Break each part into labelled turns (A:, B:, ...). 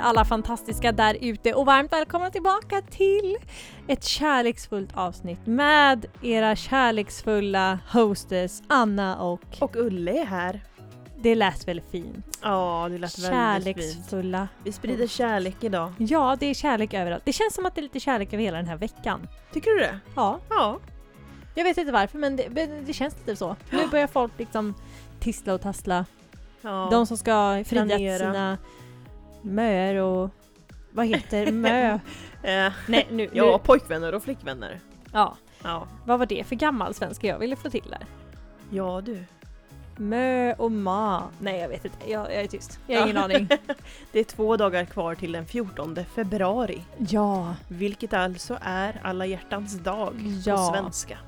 A: alla fantastiska där ute och varmt välkomna tillbaka till ett kärleksfullt avsnitt med era kärleksfulla hosters Anna och...
B: Och Ulle är här.
A: Det lät väl fint?
B: Ja, det lät väldigt fint.
A: Kärleksfulla.
B: Vi sprider kärlek idag.
A: Ja, det är kärlek överallt. Det känns som att det är lite kärlek över hela den här veckan.
B: Tycker du det?
A: Ja,
B: Ja.
A: jag vet inte varför men det, men det känns lite så. Nu
B: Ja.
A: börjar folk liksom tissla och tassla.
B: ja.
A: De som ska fria till
B: Planera.
A: sina möer och... Vad heter mö?
B: Eh,
A: Nej, nu...
B: ja,
A: nu.
B: pojkvänner och flickvänner.
A: ja.
B: Ja.
A: Vad var det för gammal svenska jag ville få till där?
B: Ja du.
A: Mö och ma. Nej jag vet inte, jag, jag är tyst. Jag har
B: Ja.
A: ingen aning.
B: Det är två dagar kvar till den 14 februari.
A: Ja,
B: Vilket alltså är alla hjärtans dag
A: Ja.
B: på svenska.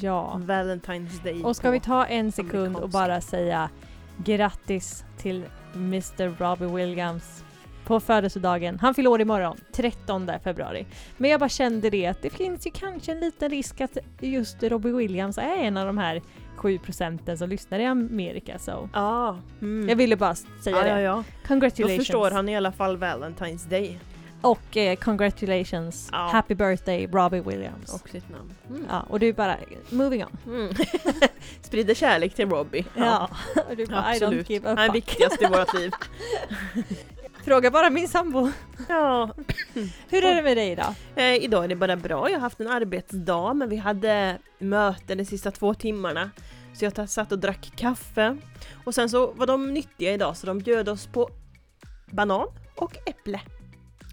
A: ja.
B: Valentine's Day.
A: Mm. Och ska
B: på-
A: vi ta en sekund och
B: Amerikanska.
A: bara säga grattis till Mr Robbie Williams på födelsedagen. Han fyller år imorgon, 13 februari. Men jag bara kände det att det finns ju kanske en liten risk att just Robbie Williams är en av de här 7 procenten som lyssnar i Amerika. Så.
B: Ja. Mm.
A: Jag ville bara säga
B: ja, ja,
A: det.
B: ja. Då
A: Congratulations!
B: förstår han i alla fall Valentine's Day.
A: Och eh, congratulations!
B: Ja.
A: Happy birthday Robbie Williams!
B: Och sitt namn. Mm.
A: Ja, och du bara moving on.
B: Mm. sprider kärlek till Robbie.
A: Ja, och du bara I
B: Absolut.
A: don't give a
B: Han är
A: fuck.
B: viktigast i vårt liv.
A: Fråga bara min sambo.
B: Ja,
A: Hur är det med dig idag?
B: eh, idag är det bara bra. Jag har haft en arbetsdag men vi hade möten de sista två timmarna. Så jag ta- satt och drack kaffe. Och sen så var de nyttiga idag så de bjöd oss på banan och äpple.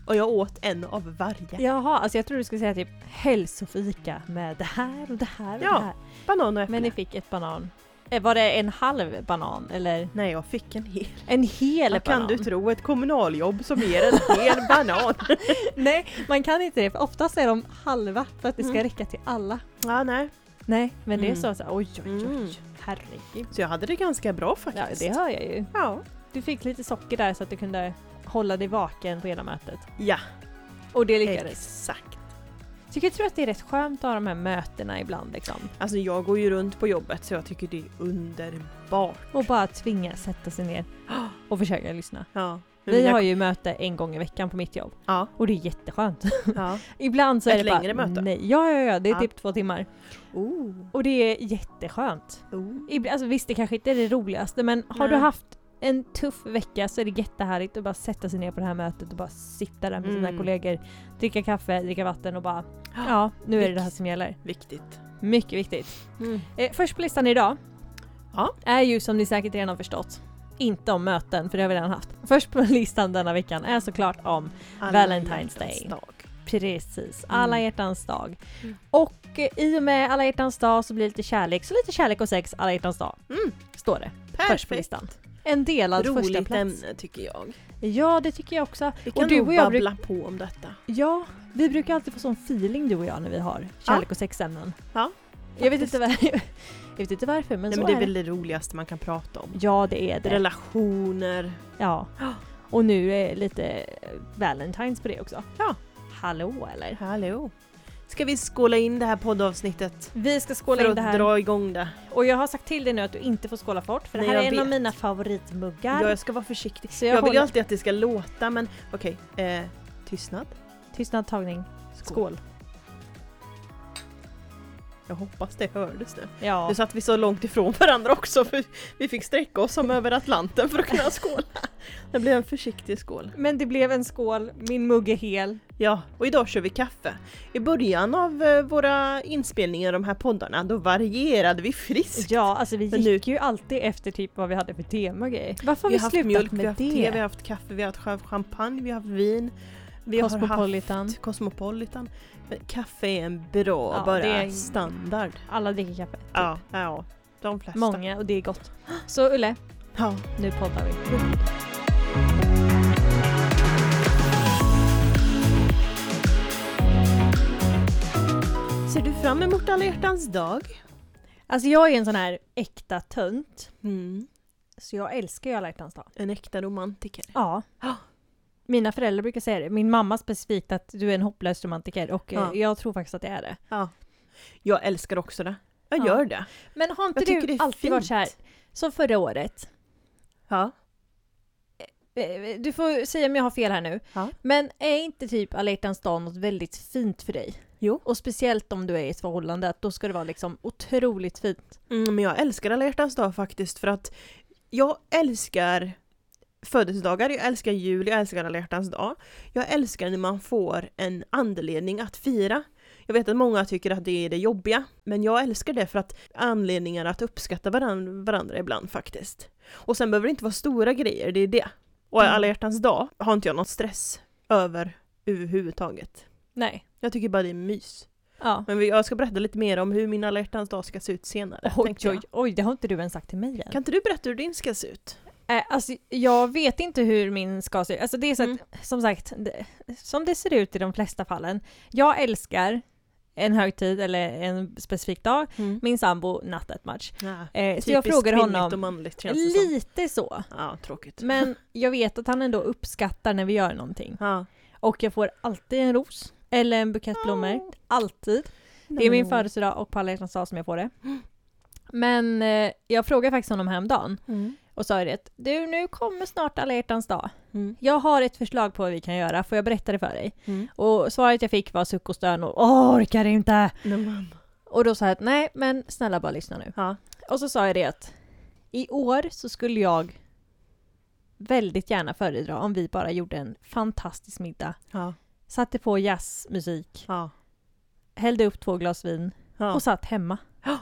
B: Och jag åt en av varje.
A: Jaha, alltså jag tror du skulle säga typ hälsofika med det här och det här och
B: Ja,
A: det här.
B: Banan och äpple.
A: Men ni fick ett banan. Eh, Var det en halv banan eller
B: Nej, jag fick en hel.
A: en hel
B: Vad
A: banan?
B: kan du tro? Ett kommunaljobb som ger en hel banan.
A: Nej, man kan inte det för oftast är de halva för att det ska
B: Mm.
A: räcka till alla.
B: Ja, nej.
A: Nej, men det är
B: Mm.
A: så, så här, oj oj oj,
B: Mm.
A: herregud.
B: Så jag hade det ganska bra
A: Ja,
B: faktiskt.
A: det hör jag ju.
B: ja.
A: Du fick lite socker där så att du kunde hålla dig vaken på hela mötet.
B: ja
A: Och det lyckades.
B: exakt.
A: Så jag tror att det är rätt skönt att ha de här mötena ibland liksom.
B: Alltså jag går ju runt på jobbet så jag tycker det är underbart.
A: Och bara tvinga sätta sig ner och försöka lyssna.
B: Ja. Men
A: Vi
B: mina-
A: har ju möte en gång i veckan på mitt jobb
B: Ja,
A: och det är jätteskönt.
B: ja.
A: Ibland så är
B: Ett
A: det bara
B: längre möte?
A: nej. Ja, ja, ja, det är
B: Ja.
A: typ två timmar
B: Oh.
A: och det är jätteskönt.
B: Oh.
A: Ibland, alltså, visst, det kanske inte är det roligaste, men har du
B: Nej.
A: haft en tuff vecka så är det jättehärligt att bara sätta sig ner på det här mötet och bara sitta där med sina
B: Mm.
A: kollegor, dricka kaffe, dricka vatten och bara
B: Ja.
A: ja, nu är det det här
B: Vikt.
A: som gäller.
B: Viktigt.
A: Mycket viktigt. Eh, först på listan idag
B: Ja.
A: är ju som ni säkert redan har förstått inte om möten, för det har vi redan haft. Först på listan denna veckan är såklart om
B: Alla
A: Valentine's
B: hjärtans
A: Day.
B: Dag.
A: Precis, alla
B: Mm.
A: hjärtans dag.
B: Mm.
A: Och eh, i och med alla hjärtans dag så blir det lite kärlek, så lite kärlek och sex alla hjärtans dag.
B: Mm.
A: Står det först på
B: Perfekt.
A: listan. En delad första
B: Roligt
A: plats.
B: ämne tycker jag.
A: Ja det tycker jag också.
B: Vi
A: Och
B: kan
A: du
B: nog
A: och jag bruk-
B: babbla på om detta.
A: Ja, vi brukar alltid få sån feeling du och jag när vi har kärlek och sexämnen.
B: Ja,
A: Jag vet, inte var- jag vet inte varför men
B: Nej,
A: så
B: men det
A: är
B: är
A: det.
B: väl det roligaste man kan prata om.
A: Ja det är det.
B: Relationer.
A: Ja.
B: Ja.
A: Och nu är det lite eh, Valentines på det också.
B: Ja.
A: Hallå eller?
B: Hallå. Ska vi skåla in det här poddavsnittet?
A: Vi ska skåla
B: För
A: in det
B: att
A: här.
B: dra igång det.
A: Och jag har sagt till dig nu att du inte får skåla fort för det
B: Nej,
A: här är
B: jag
A: en av
B: vet.
A: mina favoritmuggar.
B: Ja, jag ska vara försiktig.
A: Så jag,
B: Jag, vill ju
A: håller...
B: alltid att det ska låta men okej. Eh, tystnad.
A: Tystnad, tagning,
B: Skål.
A: skål.
B: Jag hoppas det hördes nu.
A: Ja.
B: Nu satt vi så långt ifrån varandra också för vi fick sträcka oss som över Atlanten för att kunna skåla. Det blev en försiktig skål.
A: Men det blev en skål, min mugg är hel.
B: Ja, och idag kör vi kaffe. I början av eh, våra inspelningar, de här poddarna, då varierade vi friskt.
A: Ja, alltså vi
B: Men
A: gick ju alltid efter typ vad vi hade för tema och grejer. Varför har
B: vi
A: vi,
B: har haft
A: slutat
B: mjölk,
A: med
B: vi har haft
A: det?
B: te, vi har haft kaffe, vi har haft champagne, vi har haft vin. Vi
A: Cosmopolitan.
B: har haft Cosmopolitan. Men kaffe är en bra,
A: Ja,
B: bara
A: det är-
B: standard.
A: Alla dricker kaffe. typ.
B: Ja, ja, de flesta.
A: Många och det är gott. Så Ulle,
B: Ja.
A: nu poddar vi.
B: Ser du fram emot alla hjärtans dag?
A: Alltså jag är en sån här äkta tönt.
B: Mm.
A: Så jag älskar ju alla hjärtans dag.
B: En äkta romantiker.
A: Ja.
B: Ja.
A: Mina föräldrar brukar säga det, min mamma specifikt att du är en hopplös romantiker och eh,
B: Ja.
A: jag tror faktiskt att det är det.
B: Ja. Jag älskar också det. Jag
A: Ja.
B: gör det.
A: Men har inte
B: Jag tycker
A: du
B: det är
A: alltid varit
B: fint.
A: så här, som förra året,
B: Ja.
A: eh, du får säga om jag har fel här nu.
B: Ja.
A: Men är inte typ alla hjärtans dag något väldigt fint för dig?
B: Jo.
A: Och speciellt om du är i ett förhållande, att då ska det vara liksom otroligt fint.
B: Mm, men jag älskar alla hjärtans dag faktiskt för att jag älskar födelsedagar, jag älskar jul, jag älskar alla hjärtans dag. Jag älskar när man får en anledning att fira. Jag vet att många tycker att det är det jobbiga, men jag älskar det för att anledningar att uppskatta varann, varandra ibland faktiskt. Och sen behöver det inte vara stora grejer, det är det. Och
A: Mm.
B: alla hjärtans dag har inte jag någon stress över överhuvudtaget.
A: Nej.
B: Jag tycker bara det är mys.
A: Ja.
B: Men vi- jag ska berätta lite mer om hur min alla hjärtans dag ska se ut senare.
A: Oj,
B: tänkte jag.
A: oj, oj, det har inte du ens sagt till mig än.
B: Kan inte du berätta hur din ska se ut?
A: Eh, alltså, jag vet inte hur min ska se ut. Alltså, det är så att,
B: Mm.
A: som sagt, det, som det ser ut i de flesta fallen. Jag älskar en högtid eller en specifik dag. Min sambo not that much.
B: Ja,
A: Eh, Mm. så
B: typiskt
A: jag frågar
B: kvinnligt och
A: honom
B: manligt känns det som.
A: lite så.
B: Ja, tråkigt.
A: Men jag vet att han ändå uppskattar när vi gör någonting.
B: ja.
A: Och jag får alltid en ros. Eller en bukett blommor. Alltid. Det är min födelsedag och på alla hjärtans dag som jag får det. Men eh, jag frågade faktiskt honom häromdagen
B: Mm.
A: och sa ju det att du nu kommer snart alla hjärtans dag.
B: Mm.
A: Jag har ett förslag på vad vi kan göra, får jag berätta det för dig?
B: Mm.
A: Och svaret jag fick var suck och stön och "Åh, orkar inte!
B: Nej, men.
A: Och då sa jag att nej, men snälla bara lyssna nu.
B: Ja.
A: Och så sa jag det att i år så skulle jag väldigt gärna föredra om vi bara gjorde en fantastisk middag.
B: Ja.
A: Satte på jazzmusik,
B: Ja.
A: hällde upp två glas vin
B: Ja.
A: och satt hemma.
B: Ja.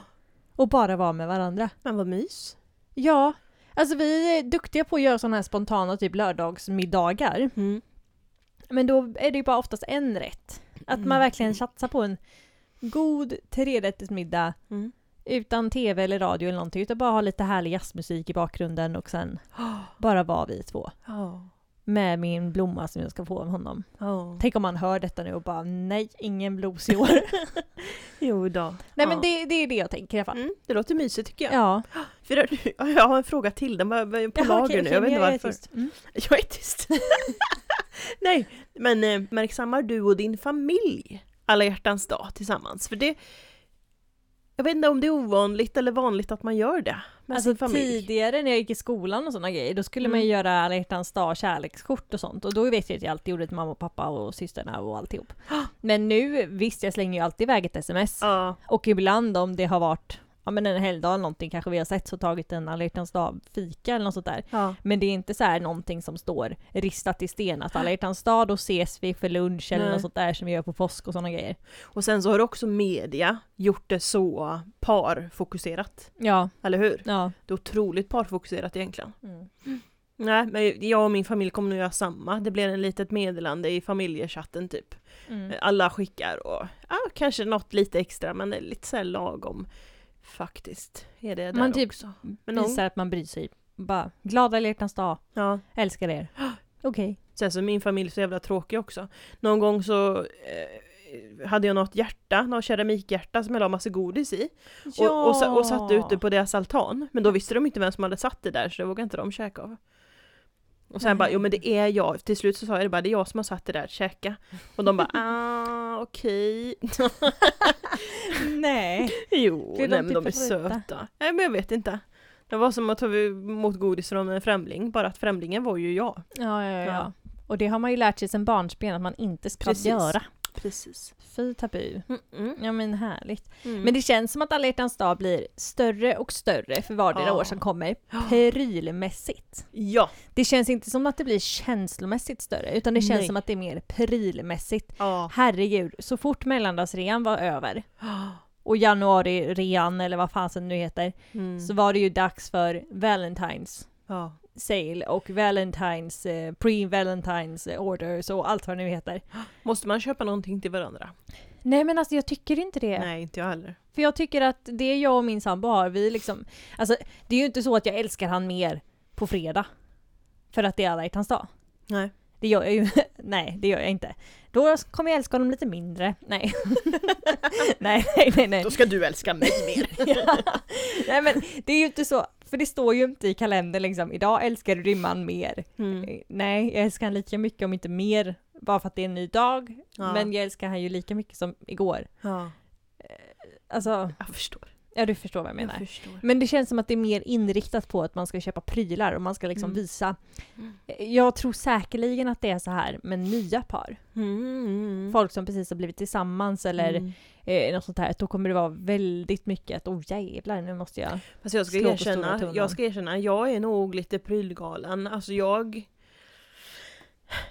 A: Och bara var med varandra.
B: Men vad mys.
A: Ja, alltså vi är duktiga på att göra sådana här spontana typ lördagsmiddagar. Men då är det ju bara oftast en rätt. Att man
B: Mm.
A: verkligen satsar på en god trerättersmiddag
B: Mm.
A: utan tv eller radio eller någonting. Utan bara ha lite härlig jazzmusik i bakgrunden och sen
B: Ja.
A: bara vara vi två.
B: Ja.
A: Med min blomma som jag ska få av honom.
B: Ja.
A: Tänk om han hör detta nu och bara nej, ingen blues i år.
B: Jo då.
A: nej
B: Ja.
A: men det, det är det jag tänker i alla fall.
B: Mm. Det låter mysigt tycker jag.
A: Ja.
B: Firar du- Ja. Jag har en fråga till, den var- var på
A: Jaha,
B: lager
A: okej,
B: nu,
A: okej,
B: jag
A: men
B: vet inte
A: är
B: varför.
A: tyst. Mm.
B: Jag är tyst. Nej, men eh, märksammar du och din familj alla hjärtans dag tillsammans? För det... Jag vet inte om det är ovanligt eller vanligt att man gör det med
A: Alltså
B: sin familj. Mm.
A: tidigare när jag gick i skolan och sådana grejer, då skulle man ju göra alla hjärtans dag kärlekskort och sånt. Och då vet jag att jag alltid gjorde det till mamma och pappa och systrarna och alltihop. Men nu, visst jag slänger ju alltid iväg ett sms.
B: Ja,
A: Och ibland om det har varit ja, men en helgdag eller någonting kanske vi har sett så tagit en alla hjärtans dag fika eller något sånt där.
B: ja,
A: Men det är inte så här någonting som står ristat i sten att alla hjärtans dag då ses vi för lunch eller
B: Nej.
A: något sånt där som vi gör på påsk och sådana grejer.
B: och sen så har också media gjort det så parfokuserat,
A: Ja,
B: eller hur?
A: ja.
B: Det är otroligt parfokuserat egentligen.
A: Mm.
B: Nej, men jag och min familj kommer nog göra samma. Det blir en litet meddelande i familjechatten typ.
A: Mm.
B: Alla skickar och ja, kanske något lite extra men det är lite så här lagom faktiskt. Är det där
A: Man typ
B: också. någon-
A: Visar att man bryr sig. Bara, glada alla hjärtans dag.
B: Ja.
A: Älskar er. Okej.
B: Sen så är min familj så jävla tråkig också. Någon gång så eh, hade jag något hjärta, något keramikhjärta som jag la massa godis i. Och, och, sa- och satte ut det på deras altan. Men då visste de inte vem som hade satt det där så det vågade inte de käka av. Och sen
A: Nej.
B: bara, jo men det är jag. Till slut så sa jag det bara, det är jag som har satt det där, käka. Och de bara, ah okej.
A: Nej.
B: Jo,
A: Blir de
B: nej men de är
A: typ trötta?
B: söta. Nej men jag vet inte. Det var som att ta emot godis från en främling, bara att främlingen var ju jag.
A: Ja, ja, ja.
B: Ja.
A: ja. Och det har man ju lärt sig sedan barnsben att man inte ska
B: Precis.
A: göra.
B: Precis.
A: Fy tabu.
B: Mm, mm,
A: Ja men härligt.
B: mm.
A: Men det känns som att alla hjärtans dag blir större och större för vardera
B: Ja.
A: år som kommer.
B: Ja.
A: Prylmässigt.
B: Ja.
A: Det känns inte som att det blir känslomässigt större utan det känns
B: Nej.
A: som att det är mer prylmässigt.
B: ja.
A: Herregud, så fort mellandagsrean var över och januari-rean eller vad fasen nu heter
B: Mm.
A: så var det ju dags för Valentine's
B: ja.
A: sale och Valentine's, eh, pre-Valentine's eh, orders och allt vad det nu heter.
B: Måste man köpa någonting till varandra?
A: Nej men alltså jag tycker inte det.
B: Nej, inte jag heller.
A: För jag tycker att det jag och min sambo har, vi liksom... Alltså det är ju inte så att jag älskar han mer på fredag. För att det är alla hjärtans dag.
B: Nej.
A: Det gör jag ju Nej, det gör jag inte. Då kommer jag älska honom lite mindre. Nej. nej, nej, nej, nej.
B: Då ska du älska mig mer.
A: Ja. nej men det är ju inte så, för det står ju inte i kalendern liksom, idag älskar du din man mer.
B: Mm.
A: Nej, jag älskar han lika mycket om inte mer, bara för att det är en ny dag.
B: Ja.
A: Men jag älskar han ju lika mycket som igår.
B: Ja.
A: Alltså,
B: Jag förstår.
A: Ja du förstår vad jag menar.
B: Jag förstår.
A: Men det känns som att det är mer inriktat på att man ska köpa prylar och man ska liksom
B: Mm.
A: visa.
B: Mm.
A: Jag tror säkerligen att det är så här med nya par.
B: Mm.
A: Folk som precis har blivit tillsammans eller
B: Mm.
A: eh, något sånt här. Då kommer det vara väldigt mycket att åh jävlar nu måste jag.
B: Fast jag ska
A: Slå på stora
B: erkänna,
A: trumman.
B: jag ska erkänna, jag är nog lite prylgalen. Alltså jag...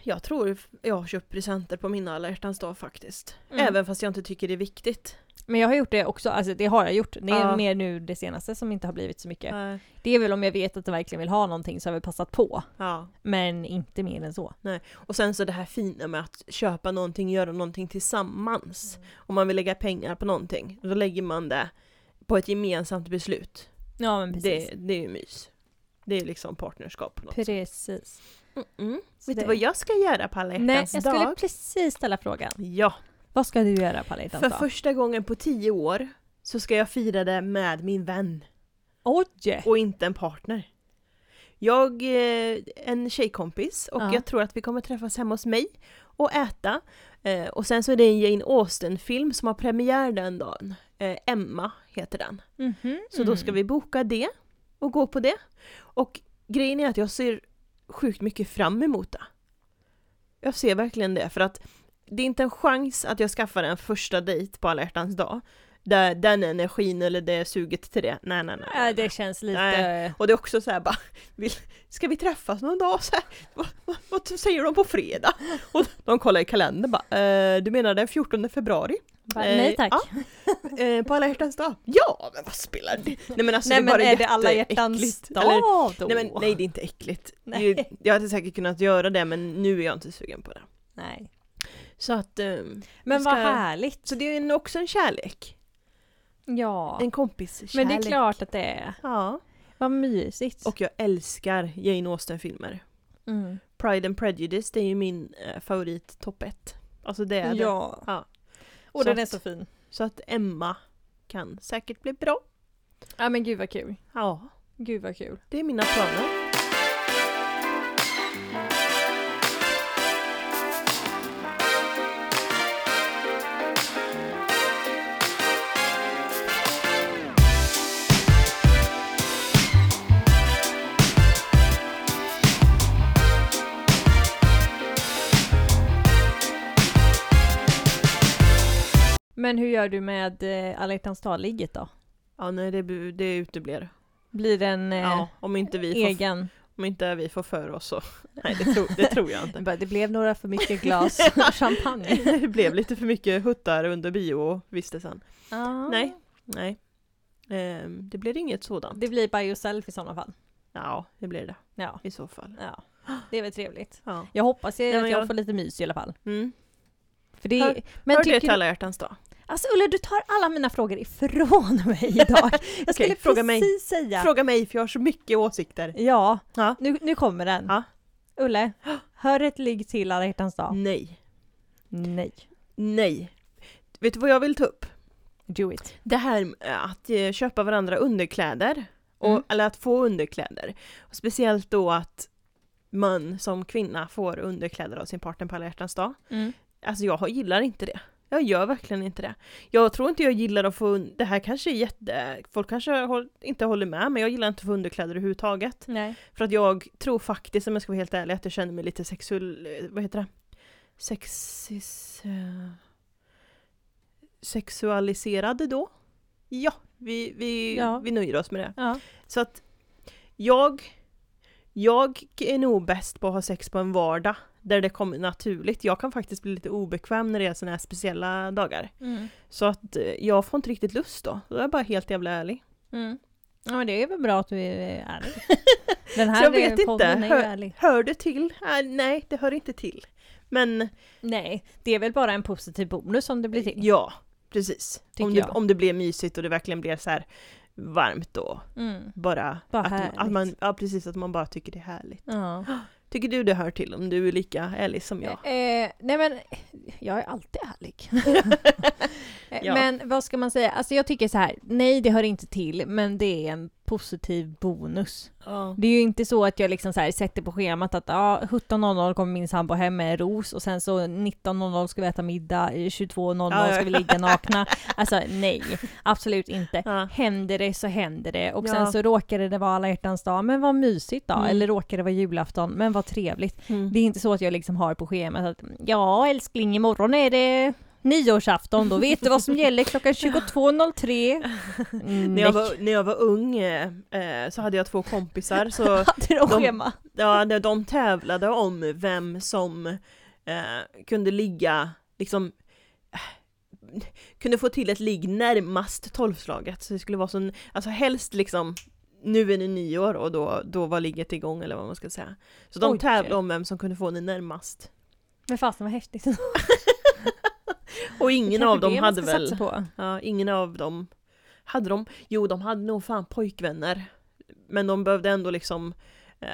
B: Jag tror jag har köpt presenter på mina alla hjärtans dag faktiskt.
A: Mm.
B: Även fast jag inte tycker det är viktigt.
A: Men jag har gjort det också, alltså det har jag gjort. Det är
B: Ja.
A: mer nu det senaste som inte har blivit så mycket.
B: Nej.
A: Det är väl om jag vet att jag verkligen vill ha någonting så har jag väl passat på.
B: Ja.
A: Men inte mer än så.
B: Och sen så det här fina med att köpa någonting, göra någonting tillsammans.
A: Mm.
B: Om man vill lägga pengar på någonting, då lägger man det på ett gemensamt beslut.
A: Ja men precis.
B: Det, det är ju mys. Det är liksom partnerskap. På något.
A: Precis.
B: Mm-mm. Vet
A: det-
B: du vad jag ska göra på alla
A: Nej,
B: hjärtans
A: jag skulle
B: dag?
A: precis ställa frågan.
B: Ja,
A: Vad ska du göra på alla
B: för
A: hjärtans dag?
B: första gången på tio år så ska jag fira det med min vän
A: Oj!
B: och inte en partner. Jag, eh, en tjejkompis och
A: Ja.
B: jag tror att vi kommer träffas hemma hos mig och äta. Eh, Och sen så är det en Jane Austen-film som har premiär den dagen. Eh, Emma heter den.
A: Mhm.
B: Så då ska vi boka det och gå på det. Och grejen är att jag ser sjukt mycket fram emot det. Jag ser verkligen det för att det är inte en chans att jag skaffar en första dejt på alla hjärtans dag. Där den energin eller det suget till det. Nej, nej, nej.
A: Ja, det känns lite...
B: Nej. Och det är också så här bara, vill, ska vi träffas någon dag? Så här, vad, vad, vad säger de på fredag? Och de kollar i kalendern bara, eh, du menar den 14 februari?
A: Bara,
B: Eh,
A: nej tack.
B: ja. Eh, på alla hjärtans dag? Ja, men vad spelar det? Nej men alltså
A: nej
B: är
A: men
B: bara
A: är det alla hjärtans
B: jätteäckligt.
A: dag
B: Eller-
A: då?
B: Nej, men, nej det är inte äckligt.
A: Nej.
B: Det- Jag hade säkert kunnat göra det men nu är jag inte sugen på det.
A: Nej.
B: Så att, ehm,
A: Men
B: Ska-
A: vad härligt.
B: så det är en, också en kärlek.
A: Ja.
B: En kompiskärlek.
A: Men det är klart att det är.
B: Ja.
A: Vad mysigt.
B: Och jag älskar Jane Austen-filmer.
A: Mm.
B: Pride and Prejudice, det är ju min eh, favorit topp ett. Alltså det är det.
A: Ja.
B: Ja.
A: Och den
B: Så
A: är
B: att-
A: så fin.
B: Så att Emma kan säkert bli bra.
A: Ja men gud vad kul.
B: Ja,
A: Gud vad kul.
B: det är mina planer.
A: Men hur gör du med eh, alla hjärtans dag-ligget då?
B: Ja, nej det, bu- det uteblir.
A: Blir den eh,
B: Ja, om inte vi får,
A: egen?
B: om inte vi får för oss så. Nej, det, tror- det tror jag inte.
A: Bara, Det blev några för mycket glas champagne.
B: det blev lite för mycket huttar under biovistelsen.
A: Ah.
B: Nej. Nej. Ehm, det blir inget sådant.
A: Det blir by yourself i sådana fall.
B: Ja, det blir det
A: Ja.
B: i så fall.
A: ja. Det är väl trevligt.
B: Ja.
A: Jag hoppas ju
B: Nej, men
A: att jag
B: jag-
A: får lite mys i alla fall.
B: Mm.
A: För det,
B: Hör-
A: men
B: Hör det
A: tycker
B: till
A: du,
B: alla hjärtans dag.
A: alltså Ulla, du tar alla mina frågor ifrån mig idag. Jag skulle
B: Okej, fråga mig.
A: precis säga...
B: Fråga mig för jag har så mycket åsikter.
A: ja,
B: Ja.
A: nu, nu kommer den.
B: Ja.
A: Ulle, hör ett ligg till alla hjärtans dag.
B: Nej. Mm.
A: Nej.
B: Nej. Vet du vad jag vill ta upp?
A: Do it.
B: Det här med att eh, köpa varandra underkläder. Och,
A: Mm.
B: Eller att få underkläder. Och speciellt då att man som kvinna får underkläder av sin partner på alla hjärtans dag.
A: Mm.
B: Alltså jag har- gillar inte det. Jag gör verkligen inte det. Jag tror inte jag gillar att få, un- det här kanske är jätte, folk kanske håll, inte håller med men jag gillar inte att få underkläder överhuvudtaget.
A: Nej.
B: För att jag tror faktiskt, om jag ska vara helt ärlig, att jag känner mig lite sexuell, eh, vad heter det? Sexis... eh, Sexualiserad då? Ja, vi, vi,
A: Ja.
B: vi nöjer oss med det.
A: Ja.
B: Så att jag, jag är nog bäst på att ha sex på en vardag där det kommer naturligt. Jag kan faktiskt bli lite obekväm när det är sådana här speciella dagar.
A: Mm.
B: Så att eh, jag får inte riktigt lust då. Då är jag bara helt jävla ärlig.
A: Mm. Ja men det är väl bra att du är ärlig. Den
B: Så
A: här
B: jag vet
A: eh, podden
B: inte.
A: är ju
B: Hör-
A: ärlig.
B: Hör det till? Äh, nej, det hör inte till. Men
A: Nej, det är väl bara en positiv bonus om det blir till.
B: ja, precis.
A: Tycker
B: Om det,
A: jag.
B: om det blir mysigt och det verkligen blir så här varmt då.
A: Mm.
B: Bara,
A: Bara
B: att, att man,
A: härligt.
B: ja, precis, att man bara tycker det är härligt.
A: Ja.
B: Tycker du det hör till om du är lika ärlig som jag?
A: Eh, nej men, jag är alltid ärlig. Eh,
B: Ja.
A: Men vad ska man säga? Alltså jag tycker så här, nej det hör inte till, men det är en positiv bonus.
B: Ja.
A: Det är ju inte så att jag liksom så här sätter på schemat att ja, 17.00 kommer min sambo hem med en ros och sen så 19.00 ska vi äta middag, i 22.00
B: Ja, ja,
A: ska vi
B: ja.
A: ligga nakna. Alltså nej, absolut inte.
B: Ja.
A: Händer det så händer det och
B: Ja.
A: sen så råkade det vara alla hjärtans dag, men vad mysigt då.
B: Mm.
A: Eller råkade det vara julafton, men vad trevligt.
B: Mm.
A: Det är inte så att jag liksom har på schemat att ja älskling imorgon är det nyårsafton, då vet du vad som gäller klockan 22.03.
B: När jag, var, när jag var ung eh, eh, så hade jag två kompisar så
A: Hade de
B: de-
A: schema?
B: ja, de, de tävlade om vem som eh, kunde ligga liksom eh, kunde få till ett ligg närmast tolvslaget. Så det skulle vara sån, alltså helst liksom nu är det nyår och då, då var ligget igång eller vad man ska säga. Så de
A: Oj.
B: tävlade om vem som kunde få den närmast.
A: Men fasen vad häftigt.
B: Och ingen
A: Kanske
B: av dem
A: det man
B: hade
A: ska
B: väl
A: satsa på.
B: Ja, ingen av dem hade de. Jo, de hade nog fan pojkvänner. Men de behövde ändå liksom eh,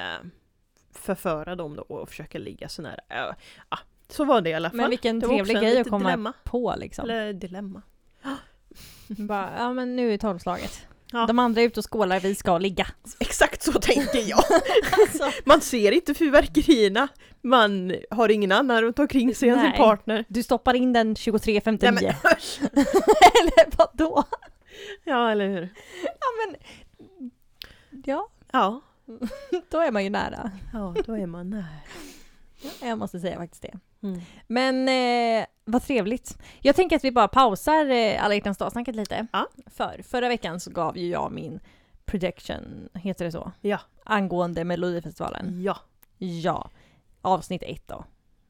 B: förföra dem då och försöka ligga så nära. Ja, ja, så var det i alla fall.
A: Men vilken
B: det var också
A: trevlig
B: en
A: grej att
B: litet
A: komma
B: dilemma.
A: på liksom.
B: Eller dilemma.
A: Bara, ja men nu är tolvslaget.
B: Ja.
A: De andra är ute och skålar, vi ska ligga.
B: Exakt så tänker jag.
A: Alltså,
B: Man ser inte fyrverkerierna. Man har ingen annan runt omkring sig än sin
A: Nej.
B: partner.
A: du stoppar in den 23.59.
B: Nej, men, usch.
A: Eller vadå?
B: ja, eller hur.
A: Ja,
B: Ja.
A: då är man ju nära.
B: ja, då är man nära.
A: Jag måste säga faktiskt det.
B: Mm.
A: Men eh, vad trevligt. Jag tänker att vi bara pausar eh, alla hjärtans dag-snacket lite.
B: Ja.
A: För förra veckan så gav ju jag min projection, heter det så?
B: Ja. Mm.
A: Angående Melodifestivalen.
B: Ja,
A: Ja. Avsnitt ett då.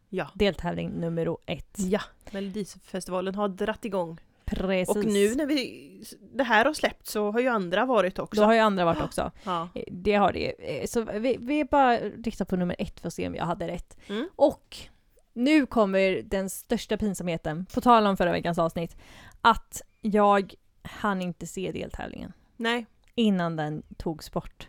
B: ja, Mm.
A: Deltävling nummer ett.
B: ja. Melodifestivalen har dratt igång.
A: Precis.
B: Och nu när vi, det här har släppt så har ju andra varit också.
A: Då har ju andra varit också.
B: Ja.
A: Eh, Det har det ju. Eh, Så vi, vi bara riktar på nummer ett för att se om jag hade rätt.
B: Mm.
A: Och nu kommer den största pinsamheten, på tal om förra veckans avsnitt, att jag hann inte se deltävlingen
B: Nej,
A: innan den togs bort.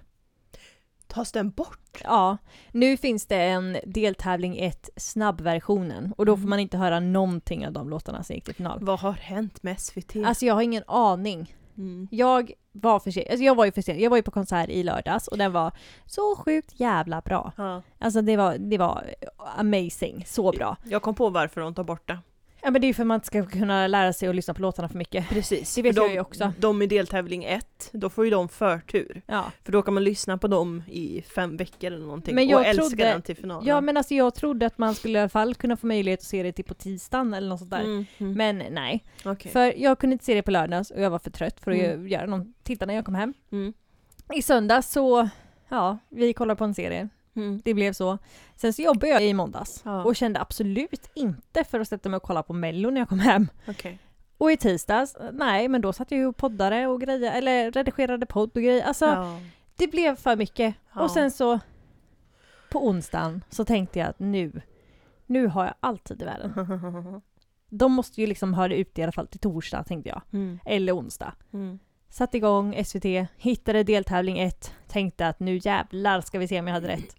B: tas den bort?
A: Ja, nu finns det en deltävling 1, snabbversionen, och då får
B: Mm.
A: man inte höra någonting av de låtarna som gick till final.
B: Vad har hänt med SVT?
A: Alltså jag har ingen aning.
B: Mm.
A: Jag var för sen, alltså jag var ju för sen, jag var ju på konsert i lördags och den var så sjukt jävla bra.
B: Ja.
A: Alltså det var, det var amazing, så bra.
B: Jag kom på varför de tar bort det.
A: Ja men det är ju för att man inte ska kunna lära sig att lyssna på låtarna för mycket.
B: Precis.
A: Det vet
B: för
A: jag
B: de,
A: ju också.
B: De i deltävling ett, då får ju de förtur.
A: Ja.
B: För då kan man lyssna på dem i fem veckor eller någonting
A: Men jag
B: och älska
A: trodde-
B: den till finalen.
A: ja men alltså jag trodde att man skulle i alla fall kunna få möjlighet att se det till på tisdagen eller något sånt där.
B: Mm, mm.
A: Men nej,
B: Okej.
A: för jag kunde inte se det på lördags och jag var för trött för att
B: Mm.
A: göra någon, titta när jag kom hem.
B: Mm.
A: I söndags så, ja, vi kollade på en serie.
B: Mm.
A: Det blev så. Sen så jobbade jag i måndags
B: Ja.
A: och kände absolut inte för att sätta mig och kolla på mello när jag kom hem.
B: Okej.
A: Och i tisdags, nej men då satt jag ju och poddade och grejer, eller redigerade podd och grejer. Alltså
B: Ja.
A: det blev för mycket.
B: Ja.
A: Och sen så på onsdagen så tänkte jag att nu, nu har jag alltid i världen. De måste ju liksom höra ut i alla fall till torsdag tänkte jag.
B: Mm.
A: Eller onsdag.
B: Mm.
A: Satt igång SVT, hittade deltävling 1, tänkte att nu jävlar ska vi se om jag hade rätt.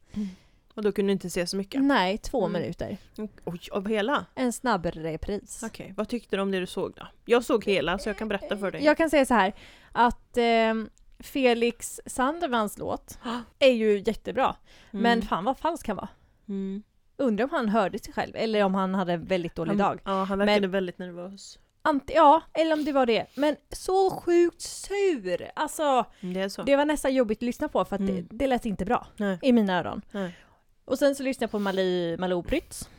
B: Och då kunde du inte se så mycket?
A: Nej, två
B: Mm.
A: minuter.
B: Oj, av hela?
A: En snabb repris.
B: Okej, vad tyckte du om det du såg då? Jag såg hela så jag kan berätta för dig.
A: Jag kan säga så här att ehm, Felix Sandermans låt
B: Ah.
A: är ju jättebra.
B: Mm.
A: Men fan vad falsk han var.
B: Mm.
A: Undrar om han hörde sig själv eller om han hade en väldigt dålig
B: han,
A: dag.
B: Ja, han verkade
A: Men-
B: väldigt nervös.
A: Ant- ja, eller om det var det. Men så sjukt sur! Alltså,
B: Det är så.
A: det var nästan jobbigt att lyssna på för att
B: Mm.
A: det, det lät inte bra
B: Nej.
A: i mina öron.
B: Nej.
A: Och sen så lyssnade jag på Mali, Malou Prytz.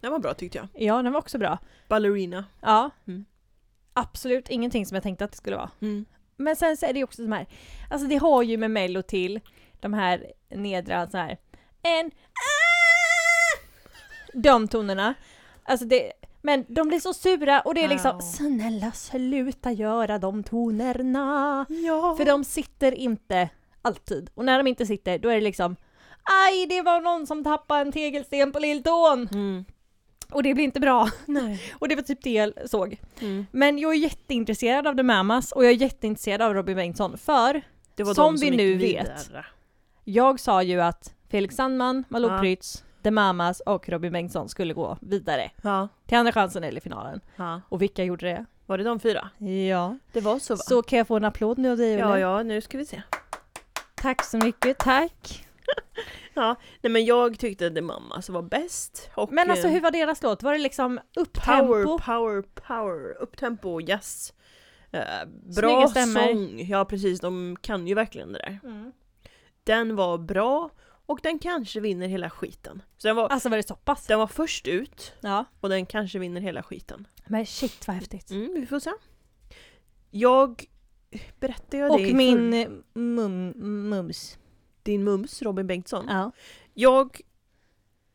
B: Den var bra tyckte jag.
A: Ja, den var också bra.
B: Ballerina.
A: Ja.
B: Mm.
A: Absolut ingenting som jag tänkte att det skulle vara.
B: Mm.
A: Men sen så är det ju också de här, alltså det har ju med mello till, de här nedra så här en ah! De tonerna. Alltså det, men de blir så sura och det är liksom
B: Ja.
A: snälla sluta göra de tonerna.
B: Ja.
A: För de sitter inte alltid. Och när de inte sitter då är det liksom Aj, det var någon som tappade en tegelsten på lilltån!
B: Mm.
A: Och det blir inte bra.
B: Nej.
A: Och det var typ det jag såg.
B: Mm.
A: Men jag är jätteintresserad av The Mamas och jag är jätteintresserad av Robin Bengtsson för
B: Det var
A: Som
B: de
A: vi
B: gick
A: nu
B: vidare.
A: Jag sa ju att Felix Sandman, Malou
B: Ja.
A: Prytz, The Mamas och Robin Bengtsson skulle gå vidare
B: Ja.
A: till andra chansen eller finalen.
B: ja.
A: Och vilka gjorde det?
B: Var det de fyra?
A: Ja.
B: Det var så va?
A: Så kan jag få en applåd nu av dig
B: ja,
A: Olle?
B: ja, nu ska vi se.
A: Tack så mycket, tack.
B: Nej men jag tyckte The Mamas var bäst. Och,
A: Men alltså
B: eh,
A: hur var deras låt? Var det liksom
B: Power,
A: upptempo?
B: power, power. Upptempo, jazz. Eh,
A: Snygga
B: bra
A: stämmor.
B: sång. Ja precis, de kan ju verkligen det där.
A: Mm.
B: Den var bra och den kanske vinner hela skiten. Så den var,
A: Alltså var det så pass?
B: den var först ut
A: Ja.
B: och den kanske vinner hela skiten.
A: Men shit vad häftigt.
B: Mm, vi får se. Jag berättade jag det i
A: Och min
B: förr-
A: eh, mum, mums.
B: din mums Robin Bengtsson.
A: Ja.
B: Jag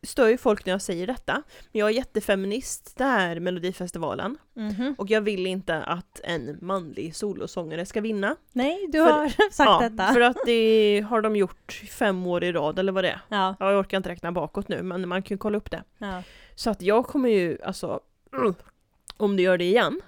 B: stör ju folk när jag säger detta, men jag är jättefeminist där Melodifestivalen
A: Mhm.
B: och jag vill inte att en manlig solosångare ska vinna.
A: Nej, du
B: För-
A: har sagt detta.
B: För att det har de gjort fem år i rad eller vad det är.
A: Ja.
B: Ja, Jag orkar inte räkna bakåt nu men man kan ju kolla upp det.
A: ja.
B: Så att jag kommer ju alltså mm, om du gör det igen.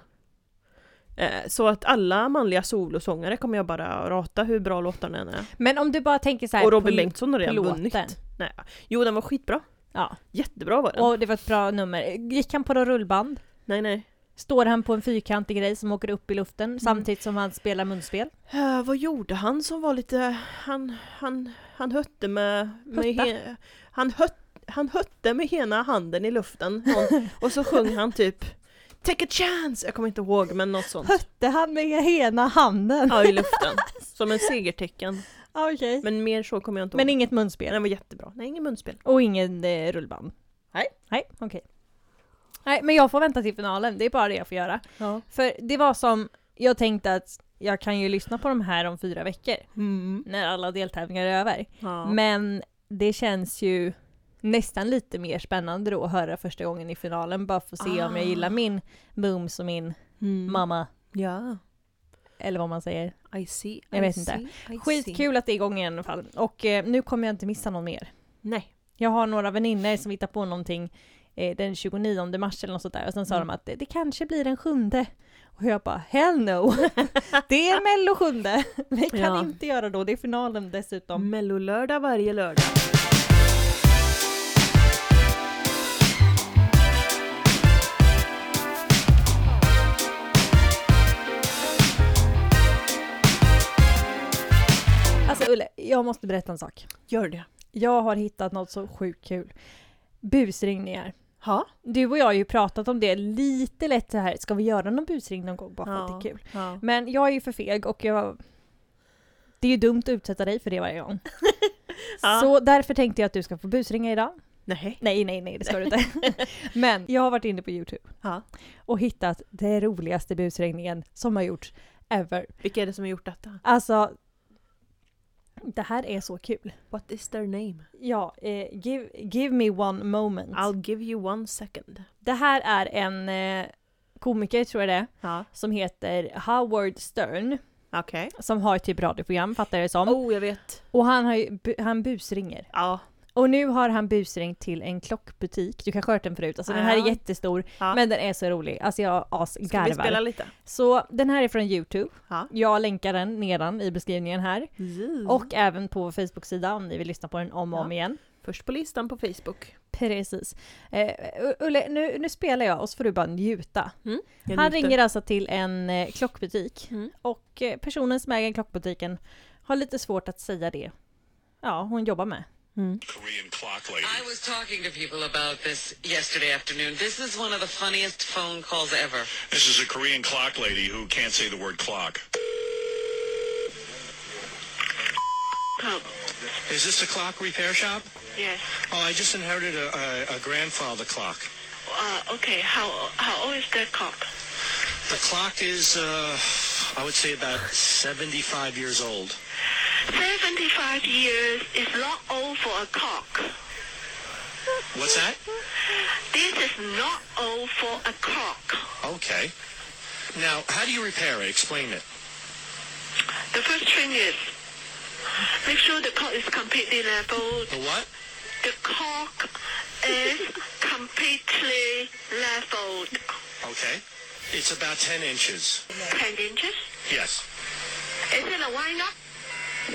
B: Eh, så att alla manliga solosångare kommer jag bara rata hur bra låtarna än är.
A: Men om du bara tänker så här
B: Och Robin
A: på-
B: Bengtsson har redan
A: låten.
B: vunnit. Nej. Jo den var skitbra.
A: Ja.
B: Jättebra var den.
A: Och det var ett bra nummer. Gick han på någon rullband?
B: Nej nej.
A: Står han på en fyrkantig grej som åker upp i luften samtidigt som han spelar munspel?
B: Eh, vad gjorde han som var lite, han, han, han hötte med, med
A: Hötta.
B: he, han, hött, han hötte med ena handen i luften Någon- och så sjöng han typ Take a chance! Jag kommer inte ihåg men något sånt.
A: Hötte han med ena handen?
B: Ja i luften. Som en segertecken.
A: Ja, Okej. Men,
B: Men mer så kommer jag inte ihåg.
A: inget munspel?
B: Den var jättebra. Nej ingen munspel.
A: Och ingen eh, rullband?
B: Nej.
A: Nej, okej. Nej, men jag får vänta till finalen. Det är bara det jag får göra.
B: Ja.
A: För det var som, jag tänkte att jag kan ju lyssna på de här om fyra veckor
B: Mm.
A: när alla deltävlingar är över.
B: ja.
A: Men det känns ju nästan lite mer spännande då att höra första gången i finalen bara för att se om jag
B: Ah.
A: gillar min mums och min
B: Mm.
A: mamma
B: Ja.
A: eller vad man säger.
B: I see.
A: Jag
B: I
A: vet
B: see,
A: inte.
B: I See.
A: Skitkul att det är igång i alla fall och eh, nu kommer jag inte missa någon mer.
B: Nej.
A: Jag har några vänner som hittar på någonting eh, den 29 mars eller något sånt där och sen sa
B: Mm.
A: de att det, det kanske blir den sjunde. Och jag bara hell no! det är mello sjunde! Vi kan
B: Ja.
A: inte göra då, det är finalen dessutom.
B: Mellolördag varje lördag. Mm.
A: Alltså Ulle, jag måste berätta en sak.
B: Gör det.
A: Jag har hittat något så sjukt kul. Busringningar.
B: Ha?
A: Du och jag har ju pratat om det lite lätt så här. ska vi göra någon busring någon gång bara för att det är kul?
B: Ja.
A: Men jag är ju för feg och jag... Det är ju dumt att utsätta dig för det varje gång.
B: Ja.
A: Så därför tänkte jag att du ska få busringa idag.
B: Nej.
A: Nej, nej, nej, det ska du inte. Men jag har varit inne på YouTube
B: Ja.
A: och hittat den roligaste busringningen som har gjorts ever.
B: Vilka är det som har gjort detta?
A: Alltså, det här är så kul.
B: What is their name?
A: Ja, eh, give, give me one moment.
B: I'll give you one second.
A: Det här är en eh, komiker tror jag det är,
B: Ja.
A: som heter Howard Stern
B: Okej.
A: som har ett typ radioprogram fattar jag det som.
B: Oh, jag vet.
A: Och han, har ju, bu- han busringer.
B: Ja.
A: Och nu har han busringt till en klockbutik. Du kanske har hört den förut, alltså den här är
B: Ja.
A: jättestor
B: ja.
A: men den är så rolig. Alltså jag
B: Ska vi spela
A: asgarvar.
B: lite?
A: Så den här är från Youtube.
B: Ja.
A: Jag länkar den nedan i beskrivningen här.
B: Mm.
A: Och även på vår Facebook-sida om ni vill lyssna på den om och
B: Ja.
A: om igen.
B: Först på listan på Facebook.
A: Precis. Eh, U- Ulle, nu, nu spelar jag och så får du bara njuta.
B: Jag
A: Han
B: njuter.
A: ringer alltså till en eh, klockbutik
B: Mm.
A: och eh, personen som äger klockbutiken har lite svårt att säga det. Ja, hon jobbar med.
C: Korean clock lady.
D: I was talking to people about this yesterday afternoon. This is one of the funniest phone calls ever.
C: This is a Korean clock lady who can't say the word clock. Is this a clock repair shop?
E: Yes.
C: Oh, I just inherited a, a, a grandfather clock.
E: Uh, okay. How how old is that cock?
C: The clock is, uh, I would say, about 75 years old.
E: Seventy-five years is not old for a cock.
C: What's that?
E: This is not old for a cock.
C: Okay. Now, how do you repair it? Explain it.
E: The first thing is make sure the cock is completely leveled.
C: The what?
E: The cock is completely leveled.
C: Okay. It's about 10 inches.
E: Ten inches.
C: Yes.
E: Is it a wind up?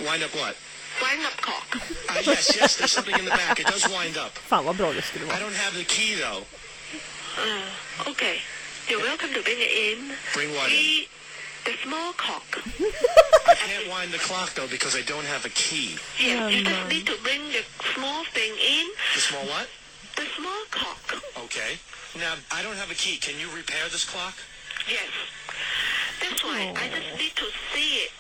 C: Wind up what?
E: Wind up cock.
C: Uh, yes, yes, there's something in the back. It does wind up.
B: Fan vad bra det skulle
C: I
B: vara.
C: don't have the key, though.
E: Okay. You're welcome to bring it in.
C: Bring what in?
E: We, the small cock.
C: I can't wind the clock though because I don't have a key.
E: Yes,
B: Oh,
E: you
B: no.
E: just need to bring the small thing in.
C: The small what?
E: The small cock.
C: Okay. Now I don't have a key. Can you repair this clock?
E: Yes. That's why I just need to see it.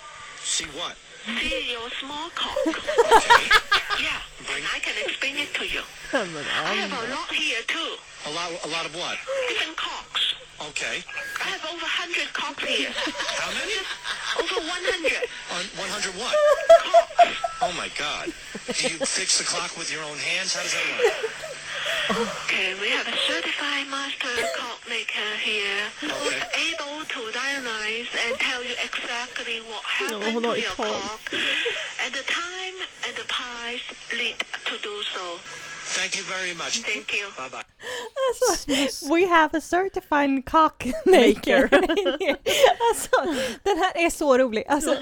C: See what?
E: See your small cock.
C: Okay.
E: yeah. And I can explain it to you.
B: Oh,
E: I have a lot here too.
C: a lot. A lot of what?
E: Different cocks.
C: Okay.
E: I have over 100 cocks here.
C: How many?
E: Over 100.
C: On 100 what? Oh my God. Do you fix the clock with your own hands? How does that work?
E: Okay, we have a certified master clock maker here who's
C: Okay.
E: able to diagnose and tell you exactly what
B: hold
E: happened
B: on,
E: to
B: it's
E: your
B: cold.
E: clock and the time and the price lead to do so.
C: Thank you very much.
E: Thank you.
C: Bye bye.
A: We have a certified cock maker. alltså, den här är så rolig. Alltså,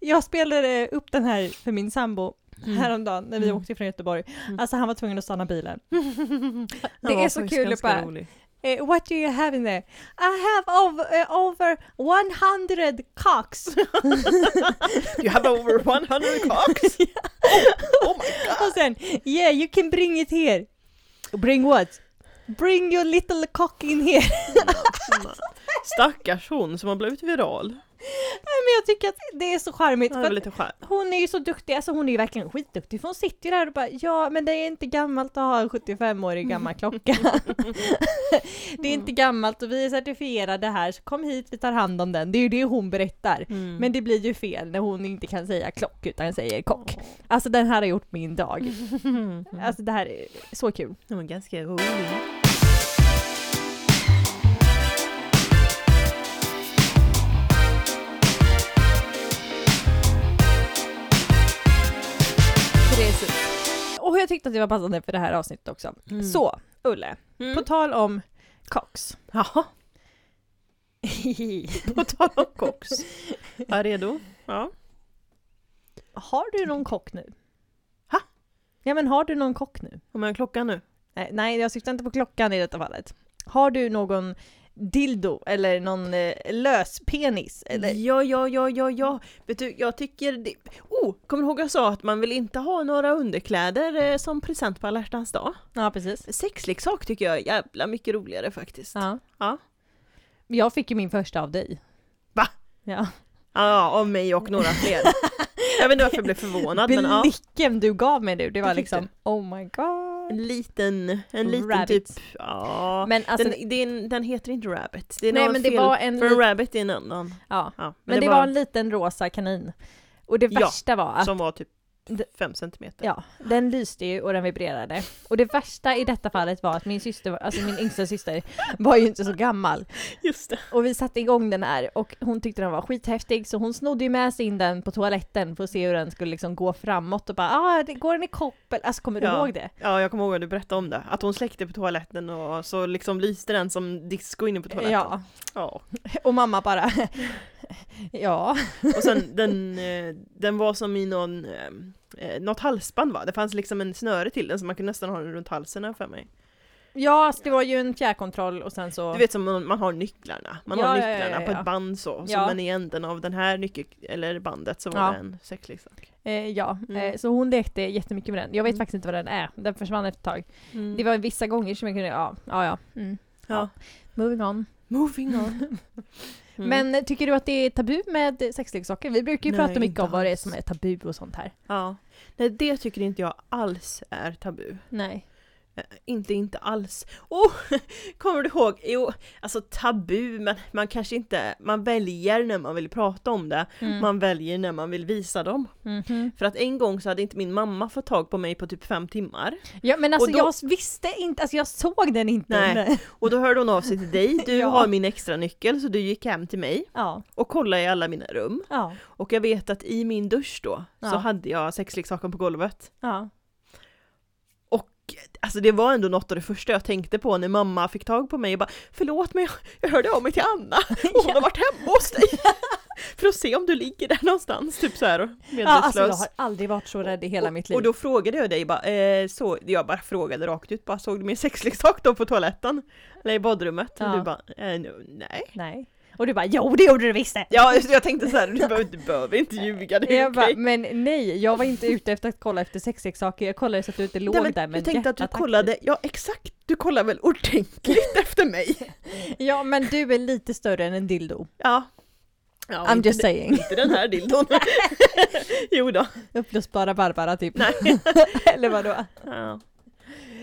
A: jag spelade upp den här för min sambo häromdagen när vi åkte från Göteborg. Alltså han var tvungen att stanna bilen. det är så kul att bara, eh, what do you have in there? I have over, eh, over 100 cocks.
B: You have over 100 cocks? Oh,
A: Och sen, yeah you can bring it here. Bring what? Bring your little cock in here.
B: Stackars hon som har blivit viral.
A: Nej, Men jag tycker att det är så charmigt.
B: Det
A: för
B: är
A: att-
B: väl lite skär.
A: Hon är ju så duktig, alltså hon är ju verkligen skitduktig för hon sitter ju där och bara ja men det är inte gammalt att ha en 75-årig gammal klocka. det är inte gammalt och vi är certifierade här så kom hit vi tar hand om den. Det är ju det hon berättar. Men det blir ju fel när hon inte kan säga klock utan säger kock. Alltså den här har gjort min dag. Alltså det här är så kul.
B: Den var ganska rolig.
A: Och jag tyckte att det var passande för det här avsnittet också. Så, Ulle. På tal om Cox.
B: Jaha, på tal om koks. Är redo? Ja.
A: Har du någon kock nu?
B: Ha?
A: Ja men har du någon kock nu?
B: Har man klockan nu?
A: Nej, nej jag syftar inte på klockan i detta fallet. Har du någon dildo eller någon eh, lös penis? Eller?
B: Ja, ja, ja, ja, ja. Vet du, jag tycker det... Oh, kommer du ihåg jag sa att man vill inte ha några underkläder eh, som present på alla hjärtans dag?
A: Ja precis.
B: Sexleksak tycker jag är jävla mycket roligare faktiskt.
A: Ja.
B: Ja.
A: Jag fick ju min första av dig.
B: Va?
A: Ja.
B: Ja, av mig och några fler. jag vet inte varför jag blev förvånad, men ja.
A: Blicken du gav mig nu, det var
B: fick
A: liksom oh my god.
B: En liten, en liten
A: Rabbit.
B: typ, ja.
A: Men alltså,
B: den, det är en- den heter inte rabbit. Det är
A: Nej,
B: något
A: men det
B: fel,
A: var en
B: För
A: lit-
B: en rabbit är en annan.
A: ja.
B: Ja, men,
A: Men det, var en liten rosa kanin. Och det
B: Ja,
A: värsta var att
B: som var typ
A: Det-
B: fem centimeter.
A: Ja, den lyste ju och den vibrerade. Och det värsta i detta fallet var att min syster, var- alltså min yngsta syster, var ju inte så gammal.
B: Just det.
A: Och vi satte igång den här och hon tyckte den var skithäftig så hon snodde ju med sig in den på toaletten för att se hur den skulle liksom gå framåt och bara ah, det går den i koppel? Alltså kommer du
B: Ja.
A: ihåg det?
B: Ja, jag kommer ihåg att du berättade om det. Att hon släckte på toaletten och så liksom lyste den som disco inne på toaletten.
A: Ja.
B: Ja.
A: Och mamma bara ja.
B: Och sen den, eh, den var som i någon, eh, eh, något halsband va? Det fanns liksom en snöre till den så man kunde nästan ha den runt halsen här för mig.
A: Ja, alltså, det var ju en fjärrkontroll och sen så
B: Du vet som man, man har nycklarna. Man
A: Ja,
B: har
A: ja, ja,
B: nycklarna
A: ja,
B: på
A: ja.
B: ett band så. så
A: Ja.
B: Men i änden av den här nyckel, eller bandet så var
A: Ja.
B: det en sexleksak.
A: eh, ja,
B: Mm.
A: eh, så hon lekte jättemycket med den. Jag vet faktiskt inte vad den är, den försvann efter ett tag. Det var vissa gånger som jag kunde, ja, ja, ja. Mm.
B: Ja.
A: Moving on.
B: Moving on. Mm.
A: Men eh, tycker du att det är tabu med sexleksaker? Vi brukar ju
B: Nej,
A: prata mycket
B: inte
A: om vad det är
B: alls.
A: som är tabu och sånt här.
B: Ja. Nej, det tycker inte jag alls är tabu.
A: Nej.
B: Eh, Inte, inte alls. Oh, kommer du ihåg? Jo, alltså tabu, men man kanske inte, man väljer när man vill prata om det,
A: Mm.
B: man väljer när man vill visa dem.
A: Mm-hmm.
B: För att en gång så hade inte min mamma fått tag på mig på typ fem timmar.
A: Ja men alltså
B: Och då-
A: jag visste inte, alltså jag såg den inte.
B: Nej. Och då hörde hon av sig till dig, du
A: Ja.
B: har min extra nyckel så du gick hem till mig
A: Ja,
B: och kollade i alla mina rum.
A: ja,
B: Och jag vet att i min dusch då, så
A: Ja.
B: hade jag sexleksaken på golvet.
A: ja.
B: Och alltså det var ändå något av det första jag tänkte på när mamma fick tag på mig och bara Förlåt men jag, jag hörde av mig till Anna och hon har varit hemma hos dig. För för att se om du ligger där någonstans, typ så här
A: Ja, alltså jag
B: medvetslös.
A: har aldrig varit så rädd i hela
B: och,
A: mitt liv.
B: och då frågade jag dig bara, eh, så, jag bara frågade rakt ut bara, såg du min sexleksak då på toaletten? Eller i badrummet?
A: Ja.
B: Och du bara, eh, nu- nej.
A: Nej. Och du bara jo det gjorde du visst det!
B: Ja, jag tänkte så här, du behöver, du behöver inte ljuga, det är
A: Jag bara,
B: okej.
A: men nej, jag var inte ute efter att kolla efter sexleksaker, jag kollade så att du inte låg
B: Nej, men
A: där med
B: du tänkte att du
A: hjärtattack.
B: kollade, ja exakt, du kollar väl ordentligt efter mig?
A: Ja men du är lite större än en dildo.
B: Ja. ja
A: I'm
B: inte
A: just
B: den-
A: saying.
B: Inte den här dildon. jo då.
A: Upplösbara Barbara typ.
B: Nej.
A: Eller vadå?
B: Ja.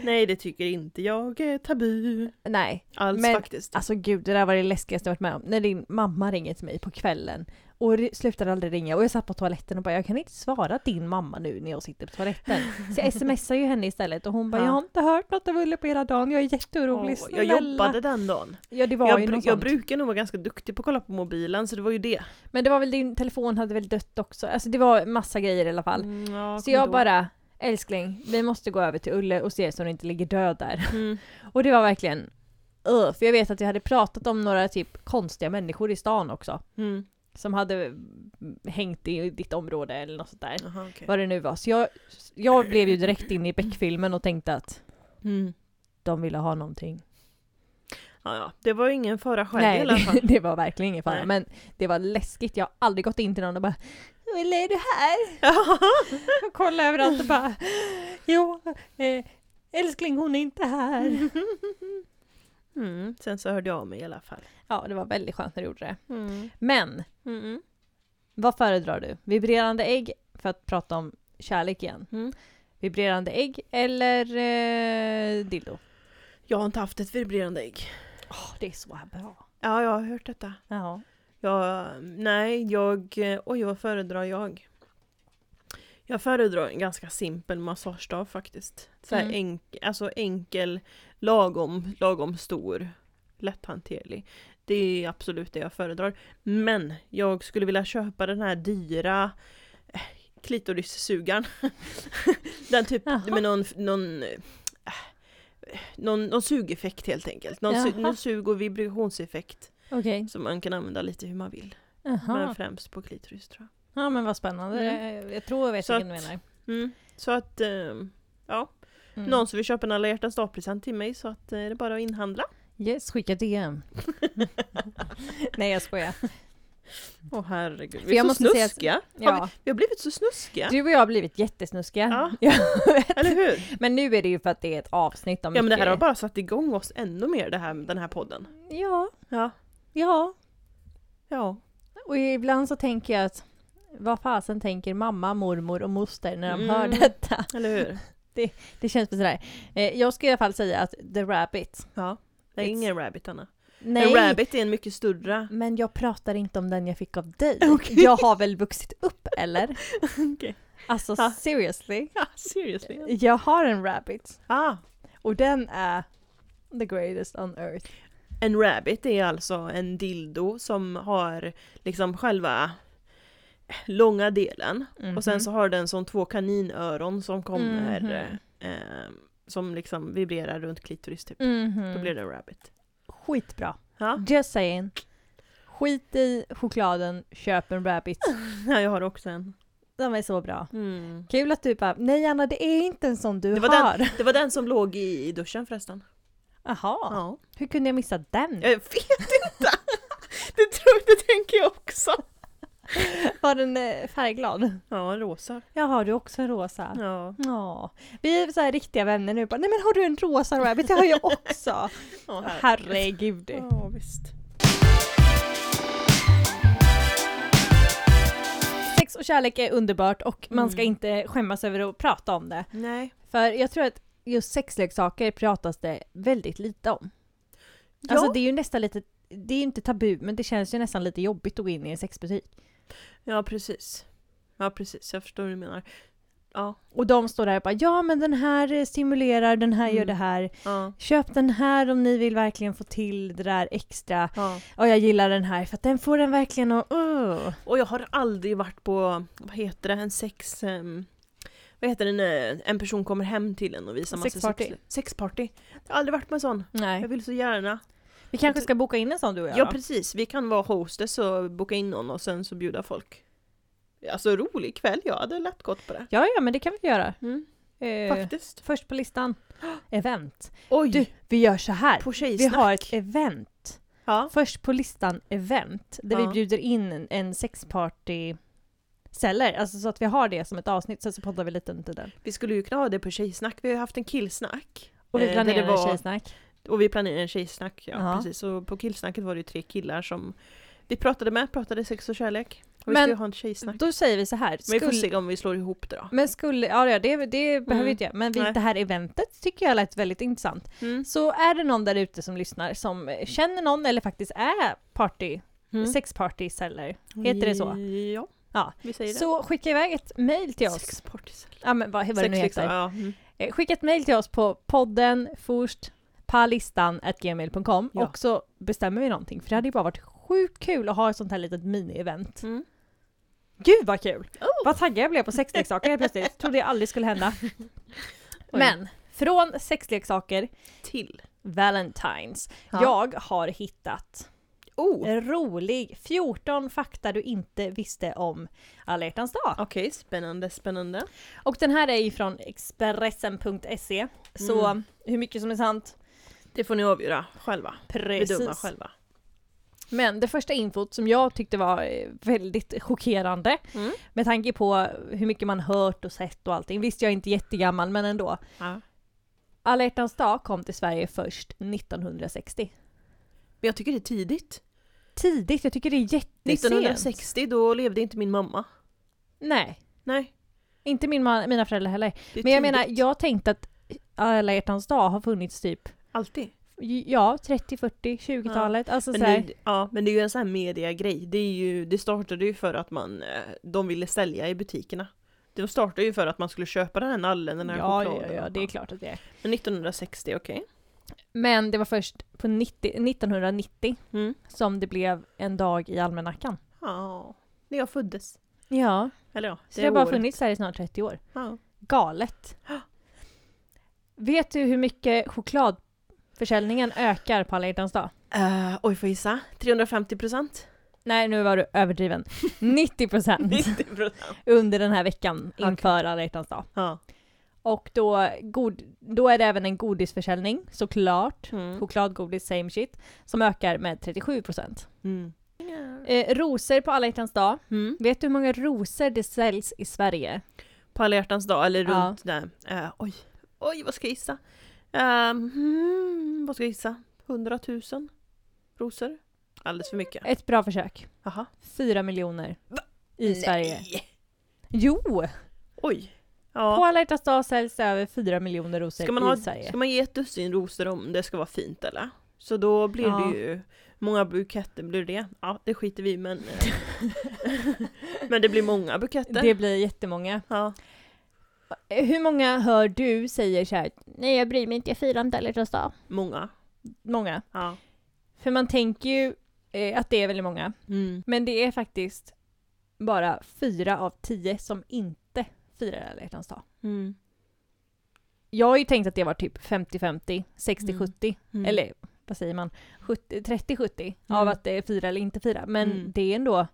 B: Nej, det tycker inte jag är tabu.
A: Nej.
B: Alls
A: Men-
B: faktiskt.
A: Alltså gud, det där var det läskigaste jag varit med om. När din mamma ringer till mig på kvällen och ri- slutar aldrig ringa och jag satt på toaletten och bara jag kan inte svara din mamma nu när jag sitter på toaletten. Så jag smsar ju henne istället och hon bara
B: Ja.
A: jag har inte hört något av Ulle på hela dagen, jag är jätteorolig,
B: Åh,
A: snälla.
B: jag jobbade den dagen.
A: Ja det var
B: Jag,
A: ju
B: bru-
A: något
B: jag
A: sånt.
B: brukar nog vara ganska duktig på att kolla på mobilen, så det var ju det.
A: Men det var väl din telefon hade väl dött också, alltså det var massa grejer i alla fall.
B: Mm, ja,
A: Så
B: kommer
A: jag
B: då.
A: bara, älskling, vi måste gå över till Ulle och se så hon inte ligger död där.
B: Mm.
A: Och det var verkligen, "Ugh", för jag vet att jag hade pratat om några typ konstiga människor i stan också.
B: Mm.
A: Som hade mm, hängt i ditt område eller något sånt där.
B: Aha, okej.
A: Vad det nu var. Så jag, jag blev ju direkt in i Beck-filmen och tänkte att
B: Mm.
A: de ville ha någonting.
B: Ja, ja. Det var ju ingen fara själv i
A: Nej,
B: alla fall.
A: det, det var verkligen ingen fara.
B: Nej.
A: Men det var läskigt. Jag har aldrig gått in till någon och bara Ulle är du här? Och kolla överallt och bara Jo, eh, älskling hon är inte här.
B: mm. Sen så hörde jag av mig i alla fall.
A: Ja, det var väldigt skönt när du gjorde det.
B: Mm.
A: Men,
B: Mm.
A: vad föredrar du? Vibrerande ägg, för att prata om kärlek igen.
B: Mm.
A: Vibrerande ägg eller eh, dildo?
B: Jag har inte haft ett vibrerande ägg.
A: Oh, det är så bra.
B: Ja, jag har hört detta.
A: Ja.
B: Ja, nej, jag... Oj, vad föredrar jag? Jag föredrar en ganska simpel massagestav faktiskt. Så här
A: Mm.
B: enk, alltså enkel, lagom, lagom stor, lätthanterlig. Det är absolut det jag föredrar. Men jag skulle vilja köpa den här dyra eh, klitorissugaren. den typ
A: Jaha.
B: med någon, någon, eh, någon, någon sugeffekt helt enkelt. Någon, su,
A: Jaha.
B: någon sug och vibrationseffekt.
A: Okej.
B: Som man kan använda lite hur man vill. Men
A: Jaha.
B: främst på klitoris tror
A: Ja men vad spännande.
B: Mm.
A: Jag tror jag vet
B: Så
A: vilken du
B: att-
A: menar.
B: jag. Så att, ehm, ja.
A: Mm.
B: Någon som vill köpa en alla hjärtans dag-present till mig så att eh, det är bara att inhandla.
A: Yes, skicka DM. Nej jag skojar.
B: Åh herregud,
A: Mm. För
B: vi är
A: jag
B: så
A: måste säga att-
B: snuskiga. Har
A: Ja.
B: vi, vi har blivit så snuskiga,
A: Du och jag har blivit jättesnuskiga.
B: Ja.
A: Jag vet.
B: eller hur?
A: Men nu är det ju för att det är ett avsnitt om
B: Ja men det här har
A: mycket-
B: bara satt igång oss ännu mer, det här, den här podden.
A: Ja,
B: Ja.
A: ja.
B: Ja.
A: Och ibland så tänker jag att vad fasen tänker mamma, mormor och moster när de
B: Mm.
A: hör detta?
B: Eller hur?
A: Det känns väl sådär. Eh, jag ska i alla fall säga att The Rabbit.
B: Ja. Det är
A: It's-
B: ingen rabbit Anna. En
A: Nej!
B: rabbit är en mycket större.
A: Men jag pratar inte om den jag fick av dig.
B: Okej.
A: Jag har väl vuxit upp eller?
B: Okej.
A: Alltså
B: Ja.
A: seriously.
B: Ja, seriously.
A: Jag har en rabbit.
B: Ah.
A: Och den är the greatest on earth.
B: En rabbit är alltså en dildo som har liksom själva eh, långa delen och sen så har den som två kaninöron som kommer
A: Mhm.
B: eh, som liksom vibrerar runt klitoris typ.
A: Mhm.
B: Då blir det en rabbit.
A: Skitbra.
B: Ja,
A: Just saying. Skit i chokladen, köp en rabbit.
B: jag har också en.
A: De är så bra.
B: Mm.
A: Kul att du bara, nej Anna det är inte en sån du
B: Det, var
A: har.
B: den, det var den som låg i, i duschen förresten.
A: Jaha,
B: Ja.
A: hur kunde jag missa den?
B: Jag vet inte! det, tror, det tänker jag också.
A: Var den eh, färgglad?
B: Ja, rosa.
A: Jaha, du är också en rosa.
B: Ja.
A: Ja, vi är så här riktiga vänner nu bara, nej men har du en rosa rabbit? Det har jag också.
B: Ja,
A: Herregud.
B: Ja, visst.
A: Sex och kärlek är underbart och man ska
B: Mm.
A: inte skämmas över att prata om det.
B: Nej.
A: För jag tror att just sexleksaker pratas det väldigt lite om.
B: Ja.
A: Alltså det är ju nästan lite, det är ju inte tabu men det känns ju nästan lite jobbigt att gå in i en sexbutik.
B: Ja, precis. Ja, precis. Jag förstår hur du menar. Ja.
A: Och de står där och bara ja men den här eh, stimulerar, den här gör
B: Mm.
A: det här.
B: Ja.
A: Köp den här om ni vill verkligen få till det där extra.
B: ja.
A: Och jag gillar den här för att den får den verkligen att... Uh.
B: Och jag har aldrig varit på, vad heter det, en sex... ehm, vad heter det när en person kommer hem till en och visar massa
A: Sexparty.
B: sex- Sexparty. Jag har aldrig varit på en sån.
A: Nej.
B: Jag vill så gärna.
A: Vi kanske ska boka in en sån du och jag
B: Ja
A: då?
B: precis, vi kan vara hostess och boka in någon och sen så bjuda folk. Alltså rolig kväll, jag hade lätt gått på det.
A: Ja, ja, men det kan vi göra.
B: Mm,
A: Eh,
B: Faktiskt.
A: först på listan. Event.
B: Oj!
A: Du, vi gör så här.
B: på
A: Vi
B: tjejsnack.
A: har ett event.
B: Ja.
A: Först på listan event, där vi
B: Ja.
A: bjuder in en, en sexparty celler, alltså så att vi har det som ett avsnitt, sen så poddar vi lite under den.
B: Vi skulle ju kunna ha det på tjejsnack, vi har ju haft en killsnack.
A: Och vi
B: Eh, där det
A: planerar
B: var-
A: en tjejsnack.
B: Och vi planerade en tjejsnack, ja
A: Ja.
B: precis. Och på killsnacket var det ju tre killar som vi pratade med, pratade sex och kärlek. Och vi
A: Men-
B: skulle ha en tjejsnack.
A: Då säger vi så här,
B: Men vi får
A: skulle-
B: se om vi slår ihop det då.
A: Men skulle, ja ja, det, det behöver vi inte göra, men vi,
B: Nej.
A: det här eventet tycker jag lät väldigt intressant.
B: Mm.
A: Så är det någon där ute som lyssnar som eh, känner någon eller faktiskt är party,
B: Mm.
A: sexpartyceller, Mm. heter det så?
B: Ja,
A: Ja.
B: vi säger det.
A: Så skicka iväg ett mail till oss.
B: Sexpartys.
A: Ja men vad, vad det
B: Sex
A: nu
B: liksom,
A: heter.
B: ja. Mm.
A: Eh, Skicka ett mail till oss på podden först gmail.com
B: Ja.
A: och så bestämmer vi någonting för det hade ju bara varit sjukt kul att ha ett sånt här litet mini-event.
B: Mm.
A: Gud vad kul!
B: Oh.
A: Vad taggad jag blev på sexleksaker helt plötsligt. Trodde jag aldrig skulle hända. Men från sexleksaker,
B: Till.
A: Valentines.
B: Ja.
A: Jag har hittat
B: Oh! Okej,
A: en rolig 14 fakta du inte visste om alla hjärtans dag.
B: spännande, spännande.
A: Och den här är ju från Expressen.se. E. Så hur mycket som är sant?
B: Det får ni avgöra själva. Bedöma
A: Precis.
B: själva.
A: Men det första infot som jag tyckte var eh, väldigt chockerande
B: Mm.
A: med tanke på hur mycket man hört och sett och allting. Visst, jag är inte jättegammal men ändå.
B: Ja.
A: Alla hjärtans dag kom till Sverige först 1960.
B: Men jag tycker det är tidigt.
A: Tidigt, jag tycker det är jättesent.
B: 1960, då levde inte min mamma.
A: Nej,
B: Nej.
A: inte min man, mina föräldrar heller.
B: Det är
A: Men jag
B: tidigt.
A: menar, jag tänkte att alla hjärtans dag har funnits typ
B: Alltid.
A: Ja, 30, 40, 20-talet. Alltså
B: Men
A: så här,
B: det, ja, men det är ju en sån här mediegrej. Det, är ju, det startade ju för att man, eh, de ville sälja i butikerna. De startade ju för att man skulle köpa den här nallen, den här
A: ja, ja,
B: chokladen.
A: ja, det är klart att det är.
B: Men 1960, okej.
A: Men det var först på 90, 1990
B: Mm.
A: som det blev en dag i almanackan.
B: Ja, när jag föddes.
A: Ja,
B: Eller ja,
A: så det har bara
B: året.
A: funnits här i snart 30 år.
B: Ja.
A: Galet. Vet du hur mycket chokladförsäljningen ökar på alla hjärtans dag?
B: Eh, oj, får jag gissa? 350 procent?
A: Nej, nu var du överdriven. 90 procent
B: 90 procent.
A: under den här veckan inför alla hjärtans dag.
B: Ja.
A: Och då, god, då är det även en godisförsäljning, såklart.
B: Mm.
A: Chokladgodis, same shit. Som ökar med 37%.
B: Mm.
A: Eh, rosor på alla hjärtans dag.
B: Mm.
A: Vet du hur många rosor det säljs i Sverige?
B: På alla hjärtans dag, eller
A: Ja.
B: runt där. Eh, oj, oj, vad ska jag gissa? Ehm, hmm, vad ska jag gissa? 100 000 rosor? Alldeles för mycket.
A: Ett bra försök.
B: Jaha.
A: Fyra miljoner i Sverige. Jo!
B: Oj!
A: På
B: Ja.
A: alla hjärtans dag säljs det över fyra miljoner rosor
B: Ska man, ha,
A: i Sverige.
B: ska man ge ett dussin rosor om det ska vara fint eller? Så då blir
A: Ja.
B: det ju många buketter blir det. Ja, det skiter vi i, men... eh, men det blir många buketter.
A: Det blir jättemånga.
B: Ja.
A: Eh, Hur många hör du säger så här, nej jag bryr mig inte, jag firar inte alla hjärtans dag?
B: Många.
A: Många.
B: Ja.
A: För man tänker ju eh, att det är väldigt många.
B: Mm.
A: Men det är faktiskt bara fyra av tio som inte firar alla hjärtans dag.
B: Mm.
A: Jag har ju tänkt att det var typ 50-50, 60-70,
B: Mm.
A: eller vad säger man, 70 30-70 av
B: Mm.
A: att det är fira eller inte fira. Men
B: Mm.
A: det är ändå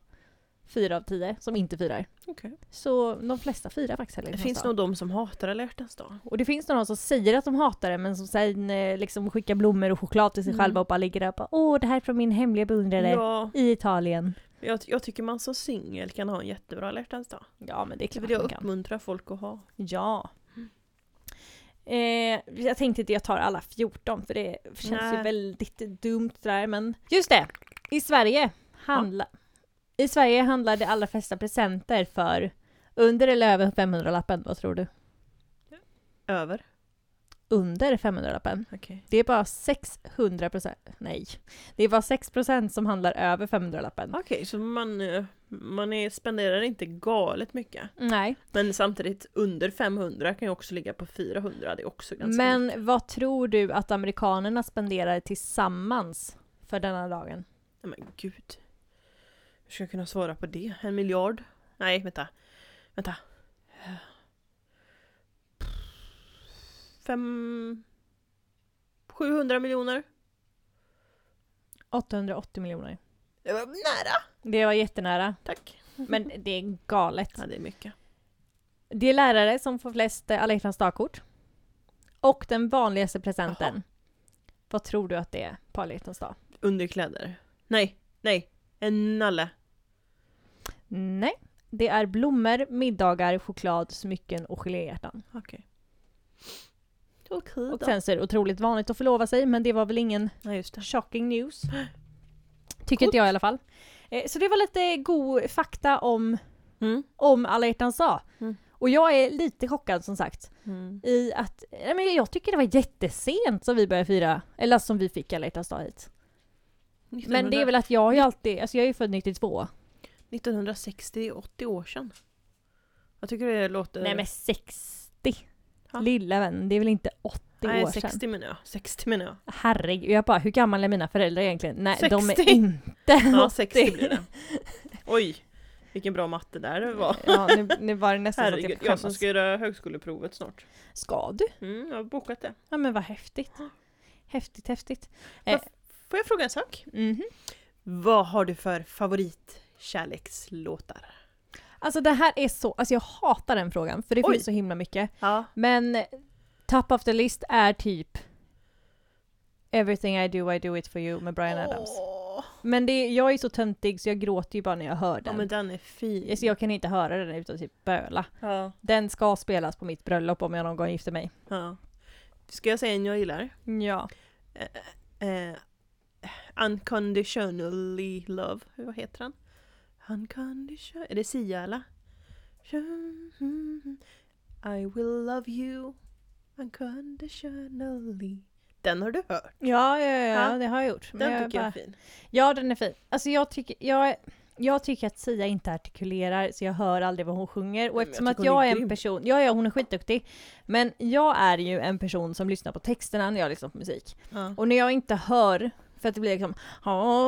A: fyra av tio som inte firar.
B: Okej.
A: Så de flesta firar faktiskt alla
B: Det
A: hjärtans
B: finns
A: dag.
B: nog de som hatar alla hjärtans dag.
A: Och det finns någon som säger att de hatar det men som sen eh, liksom skickar blommor och choklad till sig själva och bara ligger där och bara åh det här är från min hemliga beundrare
B: Mm. Ja,
A: i Italien.
B: jag, jag tycker man som singel kan ha en jättebra alla hjärtans dag.
A: Ja men det är
B: Det
A: klart
B: vill jag
A: man kan.
B: uppmuntra folk att ha.
A: Ja. Eh, jag tänkte inte jag tar alla 14 för det känns ju
B: Nej.
A: väldigt dumt där men just det! I Sverige, handla... I Sverige handlar de allra flesta presenter för under eller över 500-lappen, vad tror du?
B: Över.
A: Under 500-lappen.
B: Okej.
A: Det är bara 600 procent, nej. Det är bara 6 procent som handlar över 500-lappen.
B: Okej, så man, eh, man är, spenderar inte galet mycket.
A: Nej.
B: Men samtidigt under 500 kan ju också ligga på 400, det är också ganska mycket.
A: Men vad tror du att amerikanerna spenderar tillsammans för denna dagen?
B: Nej, men gud. Hur ska jag kunna svara på det? En miljard? Nej, vänta. Vänta. Fem... 700 miljoner?
A: 880 miljoner.
B: Det var nära.
A: Det var jättenära,
B: Tack.
A: men det är galet.
B: Ja, det är mycket.
A: Det är lärare som får flest eh, alla hjärtans dagkort. Och den vanligaste presenten. Vad tror du att det är på alla hjärtans dag?
B: Underkläder. Nej, nej. En nalle.
A: Nej, det är blommor, middagar, choklad, smycken och geléhjärtan.
B: Okej. Okej
A: Och sen så är det otroligt vanligt att förlova sig, men det var väl ingen
B: Ja, just det.
A: shocking news. Tycker inte jag i alla fall. Eh, Så det var lite god fakta om,
B: Mm.
A: om alla hjärtans dag.
B: Mm.
A: Och jag är lite chockad som sagt. I att, nej men jag tycker det var jättesent som vi började fira, eller som vi fick alla hjärtans dag hit. Men det är väl att jag har ju alltid, alltså jag är ju född 92.
B: 1960, det är 80 år sedan. Jag tycker det låter...
A: Nej men 60!
B: Ja.
A: Lilla vän, det är väl inte 80
B: Nej,
A: år sedan?
B: 60 menar jag. 60 menar jag.
A: Herregud, jag bara hur gamla är mina föräldrar egentligen? Nej de är
B: 60.
A: inte 80.
B: Ja, 60 blir det. Oj, vilken bra matte där det var.
A: Ja, nu, nu var det nästan så att
B: Herregud,
A: jag
B: jag som
A: skämmas.
B: ska göra högskoleprovet snart.
A: Ska du?
B: Mm, jag har bokat det.
A: Ja men vad häftigt. Häftigt, häftigt.
B: Får jag fråga en sak?
A: Mhm.
B: Vad har du för favoritkärlekslåtar?
A: Alltså det här är så, alltså jag hatar den frågan för det
B: Oj.
A: finns så himla mycket.
B: Ja.
A: Men eh, top of the list är typ Everything I do I do it for you med Bryan Adams.
B: Åh,
A: Men det, jag är så töntig så jag gråter ju bara när jag hör
B: ja
A: den.
B: men den är fin.
A: Alltså jag kan inte höra den utan typ böla.
B: Ja,
A: Den ska spelas på mitt bröllop om jag någon gång gifter mig.
B: ja. Ska jag säga en jag gillar?
A: Ja.
B: Eh, unconditionally love. Vad heter den? Unconditional... Är det Sia eller? I will love you unconditionally. Den har du hört.
A: Ja, ja, ja,
B: Ja.
A: det har jag gjort. Men
B: Den
A: jag
B: tycker jag
A: bara-
B: är fin.
A: Ja, den är fin. Alltså jag tycker, jag, jag tycker att Sia inte artikulerar så jag hör aldrig vad hon sjunger. Och
B: Men jag
A: eftersom
B: tycker
A: att
B: hon är
A: jag är en
B: grym.
A: person, ja, ja hon är skitduktig. Men jag är ju en person som lyssnar på texterna när jag lyssnar på musik.
B: Ja.
A: Och när jag inte hör, för att det blir liksom ah,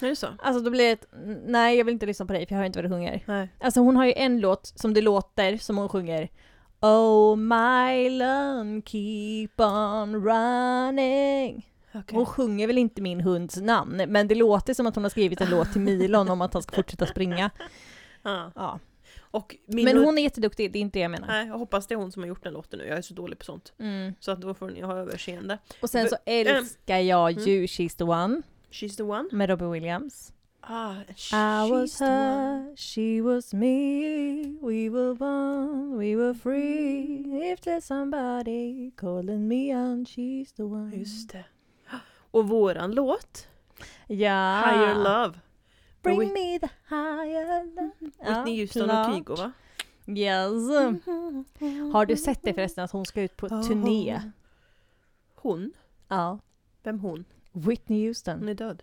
B: Är det så?
A: Alltså då blir det ett, nej jag vill inte lyssna på dig för jag hör inte vad du sjunger.
B: Nej.
A: Alltså hon har ju en låt som det låter som hon sjunger Oh my love keep on running
B: Okej.
A: Hon sjunger väl inte min hunds namn men det låter som att hon har skrivit en låt till Milon om att han ska fortsätta springa.
B: Ja.
A: Ja.
B: Och min
A: Men hon är jätteduktig, det är inte det jag menar.
B: Nej, jag hoppas det är hon som har gjort den låten nu. Jag är så dålig på sånt.
A: Mm.
B: Så att då får ni ha överseende.
A: Och sen så älskar jag
B: Mm.
A: You She's The One
B: She's the one.
A: med Robbie Williams.
B: Ah, she's
A: I was
B: the one.
A: her, she was me, we were one, we were free. If there's somebody calling me on, she's the one.
B: Just det. Och våran låt,
A: Ja.
B: Higher Love.
A: Bring
B: Whit-
A: me the higher love.
B: Whitney
A: Ja,
B: Houston
A: klart.
B: och Kygo va?
A: Yes. Har du sett det förresten att hon ska ut på turné?
B: Hon?
A: Ja.
B: Vem hon?
A: Whitney
B: Hon
A: Houston.
B: är död.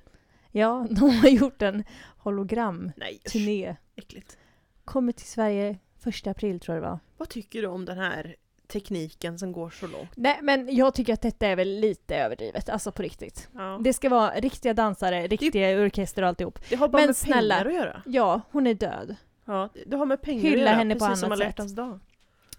A: Ja, de har gjort en hologramturné.
B: Nej usch, äckligt.
A: Kommer till Sverige första april tror jag det var.
B: Vad tycker du om den här tekniken som går så långt?
A: Nej men jag tycker att detta är väl lite överdrivet, alltså på riktigt.
B: Ja.
A: Det ska vara riktiga dansare, riktiga orkester och alltihop.
B: Det har bara
A: Men
B: med
A: snälla.
B: pengar att göra.
A: Typ Ja, hon är död.
B: Ja, det- det har med pengar
A: Hylla
B: att göra.
A: henne på
B: precis som
A: annat
B: alla
A: sätt.
B: hjärtans dag.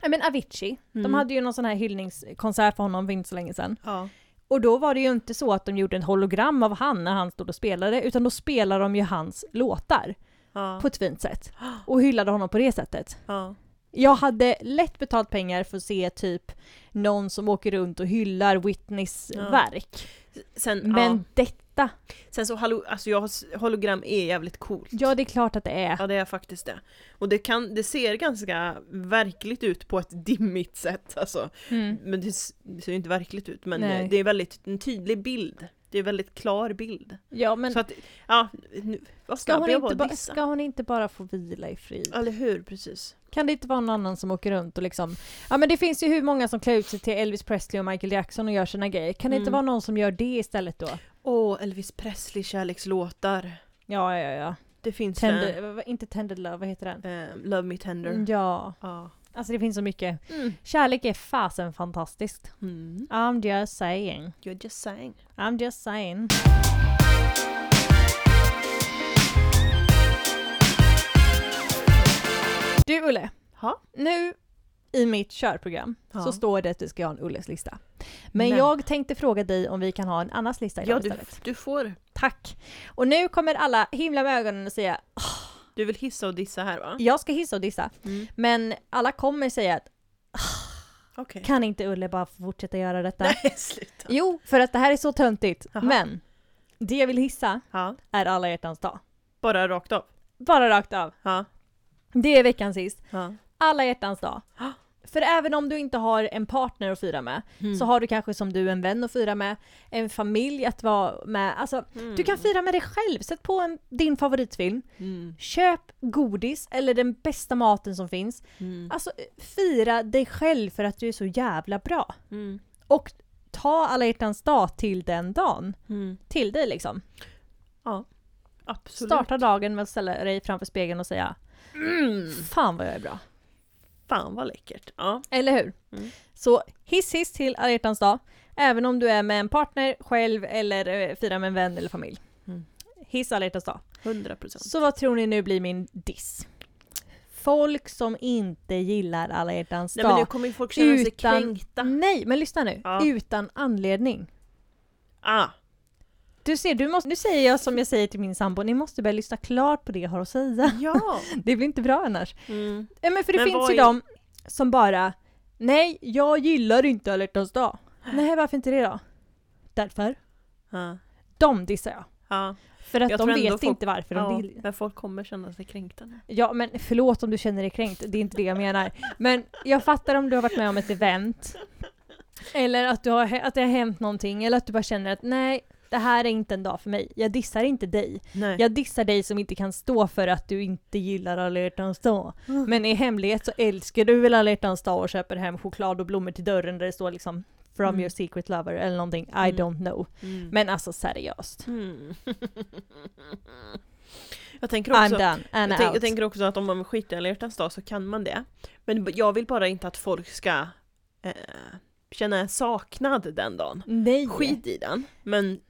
A: Nej men Avicii,
B: Mm.
A: de hade ju någon sån här hyllningskonsert för honom för inte så länge sedan.
B: Ja.
A: Och då var det ju inte så att de gjorde en hologram av han när han stod och spelade, utan då spelade de ju hans låtar
B: Ja.
A: på ett fint sätt. Och hyllade honom på det sättet.
B: ja.
A: Jag hade lätt betalt pengar för att se typ någon som åker runt och hyllar Whitneys
B: Ja.
A: verk.
B: Sen,
A: Men
B: ja.
A: detta,
B: Sen så hallo, alltså jag, hologram är jävligt coolt.
A: ja det är klart att det är.
B: Ja det är faktiskt det. Och det, kan, det ser ganska verkligt ut på ett dimmigt sätt alltså.
A: Mm.
B: Men det, s- det ser ju inte verkligt ut men
A: Nej.
B: eh, det är väldigt en tydlig bild. Det är en väldigt klar bild.
A: Ja men
B: så att, ja, nu, vad
A: Ska
B: snabb
A: hon,
B: jag var
A: inte
B: att
A: ba-
B: dissa.
A: ska hon inte bara få vila i frid?
B: Eller hur, precis.
A: Kan det inte vara någon annan som åker runt och liksom... Ja men det finns ju hur många som klär ut sig till Elvis Presley och Michael Jackson och gör sina grejer. Kan det inte
B: Mm.
A: vara någon som gör det istället då?
B: Åh, Elvis Presley kärlekslåtar.
A: Ja, ja, ja.
B: Det finns
A: Tender, vad- inte Tender Love, vad heter den?
B: en, eh, Love Me Tender.
A: Mm, Ja,
B: Ja.
A: alltså det finns så mycket.
B: Mm.
A: Kärlek är fasen fantastiskt.
B: Mm.
A: I'm just saying.
B: You're just saying.
A: I'm just saying. Du Ulle,
B: Ha?
A: nu i mitt körprogram
B: Ja.
A: så står det att du ska ha en Ulles lista. Men
B: Men-
A: jag tänkte fråga dig om vi kan ha en annans lista idag
B: Ja, du,
A: istället.
B: du får.
A: Tack! Och nu kommer alla himla med ögonen och säga
B: Du vill hissa och dissa här va?
A: jag ska hissa och dissa.
B: Mm.
A: Men alla kommer säga att
B: Okej.
A: kan inte Ulle bara få fortsätta göra detta?
B: Nej, sluta.
A: Jo, för att det här är så töntigt.
B: Jaha.
A: Men det jag vill hissa
B: Ja,
A: är alla hjärtans dag.
B: bara rakt av.
A: Bara rakt av.
B: Ja,
A: Det är veckans hiss.
B: ja.
A: Alla hjärtans dag. För även om du inte har en partner att fira med så har du kanske som du en vän att fira med, en familj att vara med. Alltså, Du kan fira med dig själv. Sätt på en, din favoritfilm. Köp godis eller den bästa maten som finns. Alltså fira dig själv för att du är så jävla bra. Och ta alla hjärtans dag till den dagen. Till dig liksom.
B: ja. Absolut.
A: Starta dagen med att ställa dig framför spegeln och säga Fan vad jag är bra.
B: Fan vad läckert. Ja.
A: Eller hur?
B: Mm.
A: Så hiss hiss till alla hjärtans dag. Även om du är med en partner, själv eller eh, firar med en vän eller familj.
B: Mm.
A: Hiss alla hjärtans dag.
B: 100 procent.
A: Så vad tror ni nu blir min diss? Folk som inte gillar alla hjärtans
B: Nej men nu
A: dag.
B: kommer ju folk känna sig
A: utan- Mm.
B: kränkta.
A: Nej, men lyssna nu.
B: Ja.
A: Utan anledning.
B: Ah,
A: Du ser, du måste, nu säger jag som jag säger till min sambo, ni måste börja lyssna klart på det jag har att säga.
B: ja.
A: Det blir inte bra annars.
B: Mm.
A: Ja, men för det
B: Men
A: finns
B: vad
A: ju
B: är-
A: de som bara Nej, jag gillar inte alla hjärtans dag. Nej, varför inte det då? Därför.
B: Ja.
A: De dissar jag.
B: Ja.
A: För att
B: Jag
A: de
B: tror ändå
A: vet
B: folk-
A: inte varför de
B: ja.
A: vill.
B: Men folk kommer känna sig kränkta nu.
A: Ja, men förlåt om du känner dig kränkt. Det är inte det jag menar. Men jag fattar om du har varit med om ett event. Eller att, du har, att det har hänt någonting. Eller att du bara känner att nej, det här är inte en dag för mig. Jag dissar inte dig.
B: Nej.
A: Jag dissar dig som inte kan stå för att du inte gillar alla hjärtans dag.
B: Mm.
A: Men i hemlighet så älskar du väl alla hjärtans dag och köper hem choklad och blommor till dörren där det står liksom From
B: Mm.
A: your secret lover eller någonting. I don't know. Men alltså seriöst.
B: Mm. Jag tänker
A: I'm
B: också,
A: done. And
B: jag, tänk,
A: out.
B: jag tänker också att om man skiter i alla hjärtans dag så kan man det. Men b- jag vill bara inte att folk ska eh, känna en saknad den dagen.
A: Nej.
B: Skit i den, men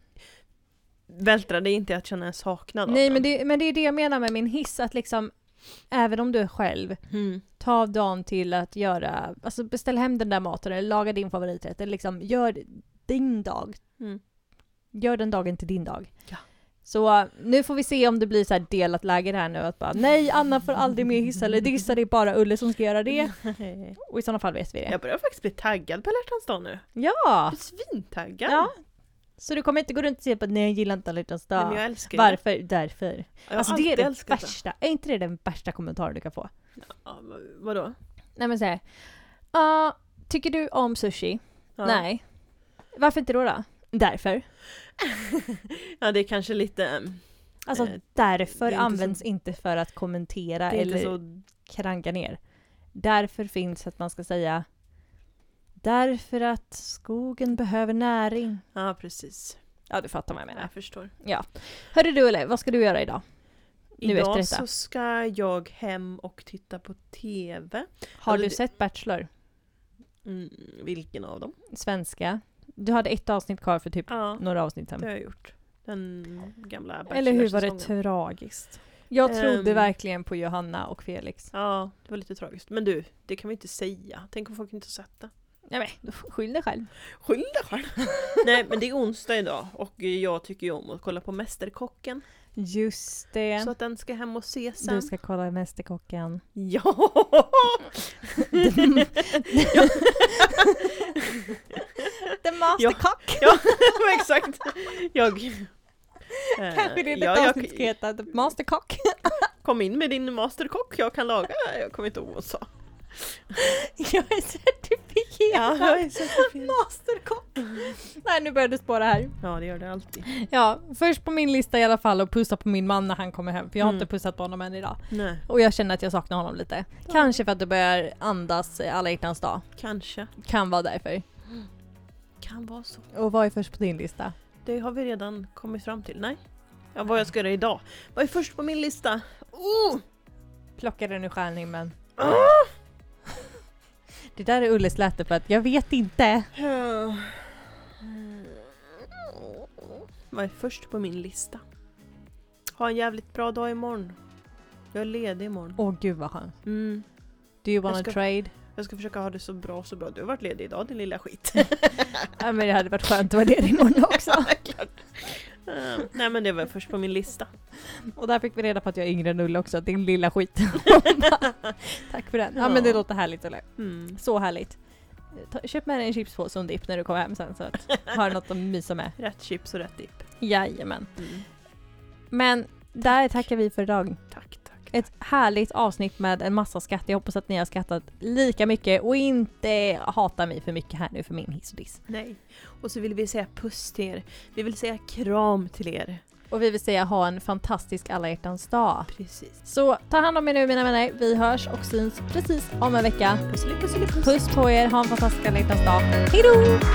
B: vältra dig inte i att känna en saknad
A: Nej
B: av
A: men
B: den.
A: det, men det är det jag menar med min hiss, att liksom även om du är själv,
B: Mm.
A: ta av dagen till att göra, alltså beställ hem den där maten eller laga din favoriträtt eller liksom gör din dag.
B: Mm.
A: Gör den dagen till din dag.
B: Ja.
A: Så uh, nu får vi se om det blir så här delat läger här nu att bara nej Anna får aldrig mer hissa eller dissa, det är bara Ulle som ska göra det. Och i sådana fall vet vi det.
B: Jag börjar faktiskt bli taggad på alla hjärtans dag nu.
A: Ja!
B: Jag är svintaggad!
A: ja. Så du kommer inte gå runt och säga på nej jag gillar inte alla hjärtans
B: Nej, men jag
A: dag.
B: älskar det.
A: Varför? Därför.
B: Jag har
A: Alltså det är
B: alltid
A: den
B: älskat
A: värsta, är inte det den värsta kommentaren du kan få?
B: Ja, vad- vadå?
A: Nej men såhär, ja, Uh, tycker du om sushi?
B: Ja.
A: Nej. Varför inte då då? Därför.
B: Ja det är kanske lite, eh,
A: Alltså
B: Eh,
A: därför
B: inte så-
A: används inte för att kommentera
B: det är inte
A: eller
B: så...
A: kranka ner. Därför finns att man ska säga Därför att skogen behöver näring.
B: Ja precis.
A: Ja du fattar vad jag menar.
B: Jag förstår.
A: Ja. Hörru du Ulle, vad ska du göra idag? Nu efter
B: Idag
A: detta.
B: så ska jag hem och titta på TV.
A: Har
B: Alltså,
A: du
B: det-
A: sett Bachelor?
B: Mm, vilken av dem?
A: Svenska? Du hade ett avsnitt kvar för typ
B: Ja,
A: några avsnitt sen.
B: det har jag gjort. Den gamla
A: Eller hur var det
B: Bachelor-säsongen.
A: tragiskt? Jag trodde
B: Ehm.
A: verkligen på Johanna och Felix.
B: Ja, det var lite tragiskt. Men du, det kan vi inte säga. Tänk om folk inte har sett det.
A: Nej men, skyll dig själv.
B: Skyll dig själv! Nej, men det är onsdag idag och jag tycker ju om att kolla på Mästerkocken.
A: Just det.
B: Så att den ska hem och se sen.
A: du ska kolla Mästerkocken.
B: Ja!
A: The Masterkock!
B: ja, exakt! Jag... Eh,
A: Kanske det är
B: ja,
A: ja, avsnitt ska
B: jag
A: heta The Masterkock.
B: kom in med din masterkock, jag kan laga. Jag kommer inte ihåg vad hon sa.
A: jag är certifierad
B: jag är certifierad.
A: Masterkock! Nej nu börjar du spåra här.
B: Ja, det gör det alltid.
A: Ja, först på min lista i alla fall att pussa på min man när han kommer hem för jag har
B: Mm.
A: inte pussat på honom än idag.
B: Nej,
A: Och jag känner att jag saknar honom lite. Kanske för att det börjar andas eh, alla hjärtans dag.
B: kanske.
A: Kan vara därför.
B: Kan vara så.
A: Och vad är först på din lista?
B: Det har vi redan kommit fram till. Nej. Ja, vad jag ska göra idag. Vad är först på min lista? Oh!
A: Plocka den ur stjärnhimlen. Det där är Ulles läte för att jag vet inte.
B: Eh, Vad är först på min lista? Ha en jävligt bra dag imorgon. Jag är ledig imorgon.
A: Åh gud vad skönt.
B: Mm.
A: Do you wanna
B: ska-
A: trade?
B: Jag ska försöka ha det så bra så bra. Du har varit ledig idag din lilla skit.
A: Ja, men det hade varit skönt att vara ledig imorgon också.
B: Eh, Nej men det var först på min lista.
A: Och där fick vi reda på att jag är yngre än Ulla också, din lilla skit. Tack för den. Ja, men det
B: Ja.
A: låter härligt Ulla.
B: Mm.
A: Så härligt. Ta, köp med dig en chipspåse och en dipp när du kommer hem sen så att har något att mysa med.
B: Rätt chips och rätt dipp.
A: Jajamän. Men där tackar vi för idag.
B: Tack, tack.
A: Ett härligt avsnitt med en massa skatt. Jag hoppas att ni har skattat lika mycket och inte hatar mig för mycket här nu för min hiss och diss.
B: Nej. Och så vill vi säga puss till er. Vi vill säga kram till er.
A: Och vi vill säga ha en fantastisk alla hjärtans dag.
B: Precis.
A: Så ta hand om er nu mina vänner. Vi hörs och syns precis om en vecka.
B: Pusseli pusseli puss.
A: Puss på er, ha en fantastisk alla hjärtans dag. Hejdå!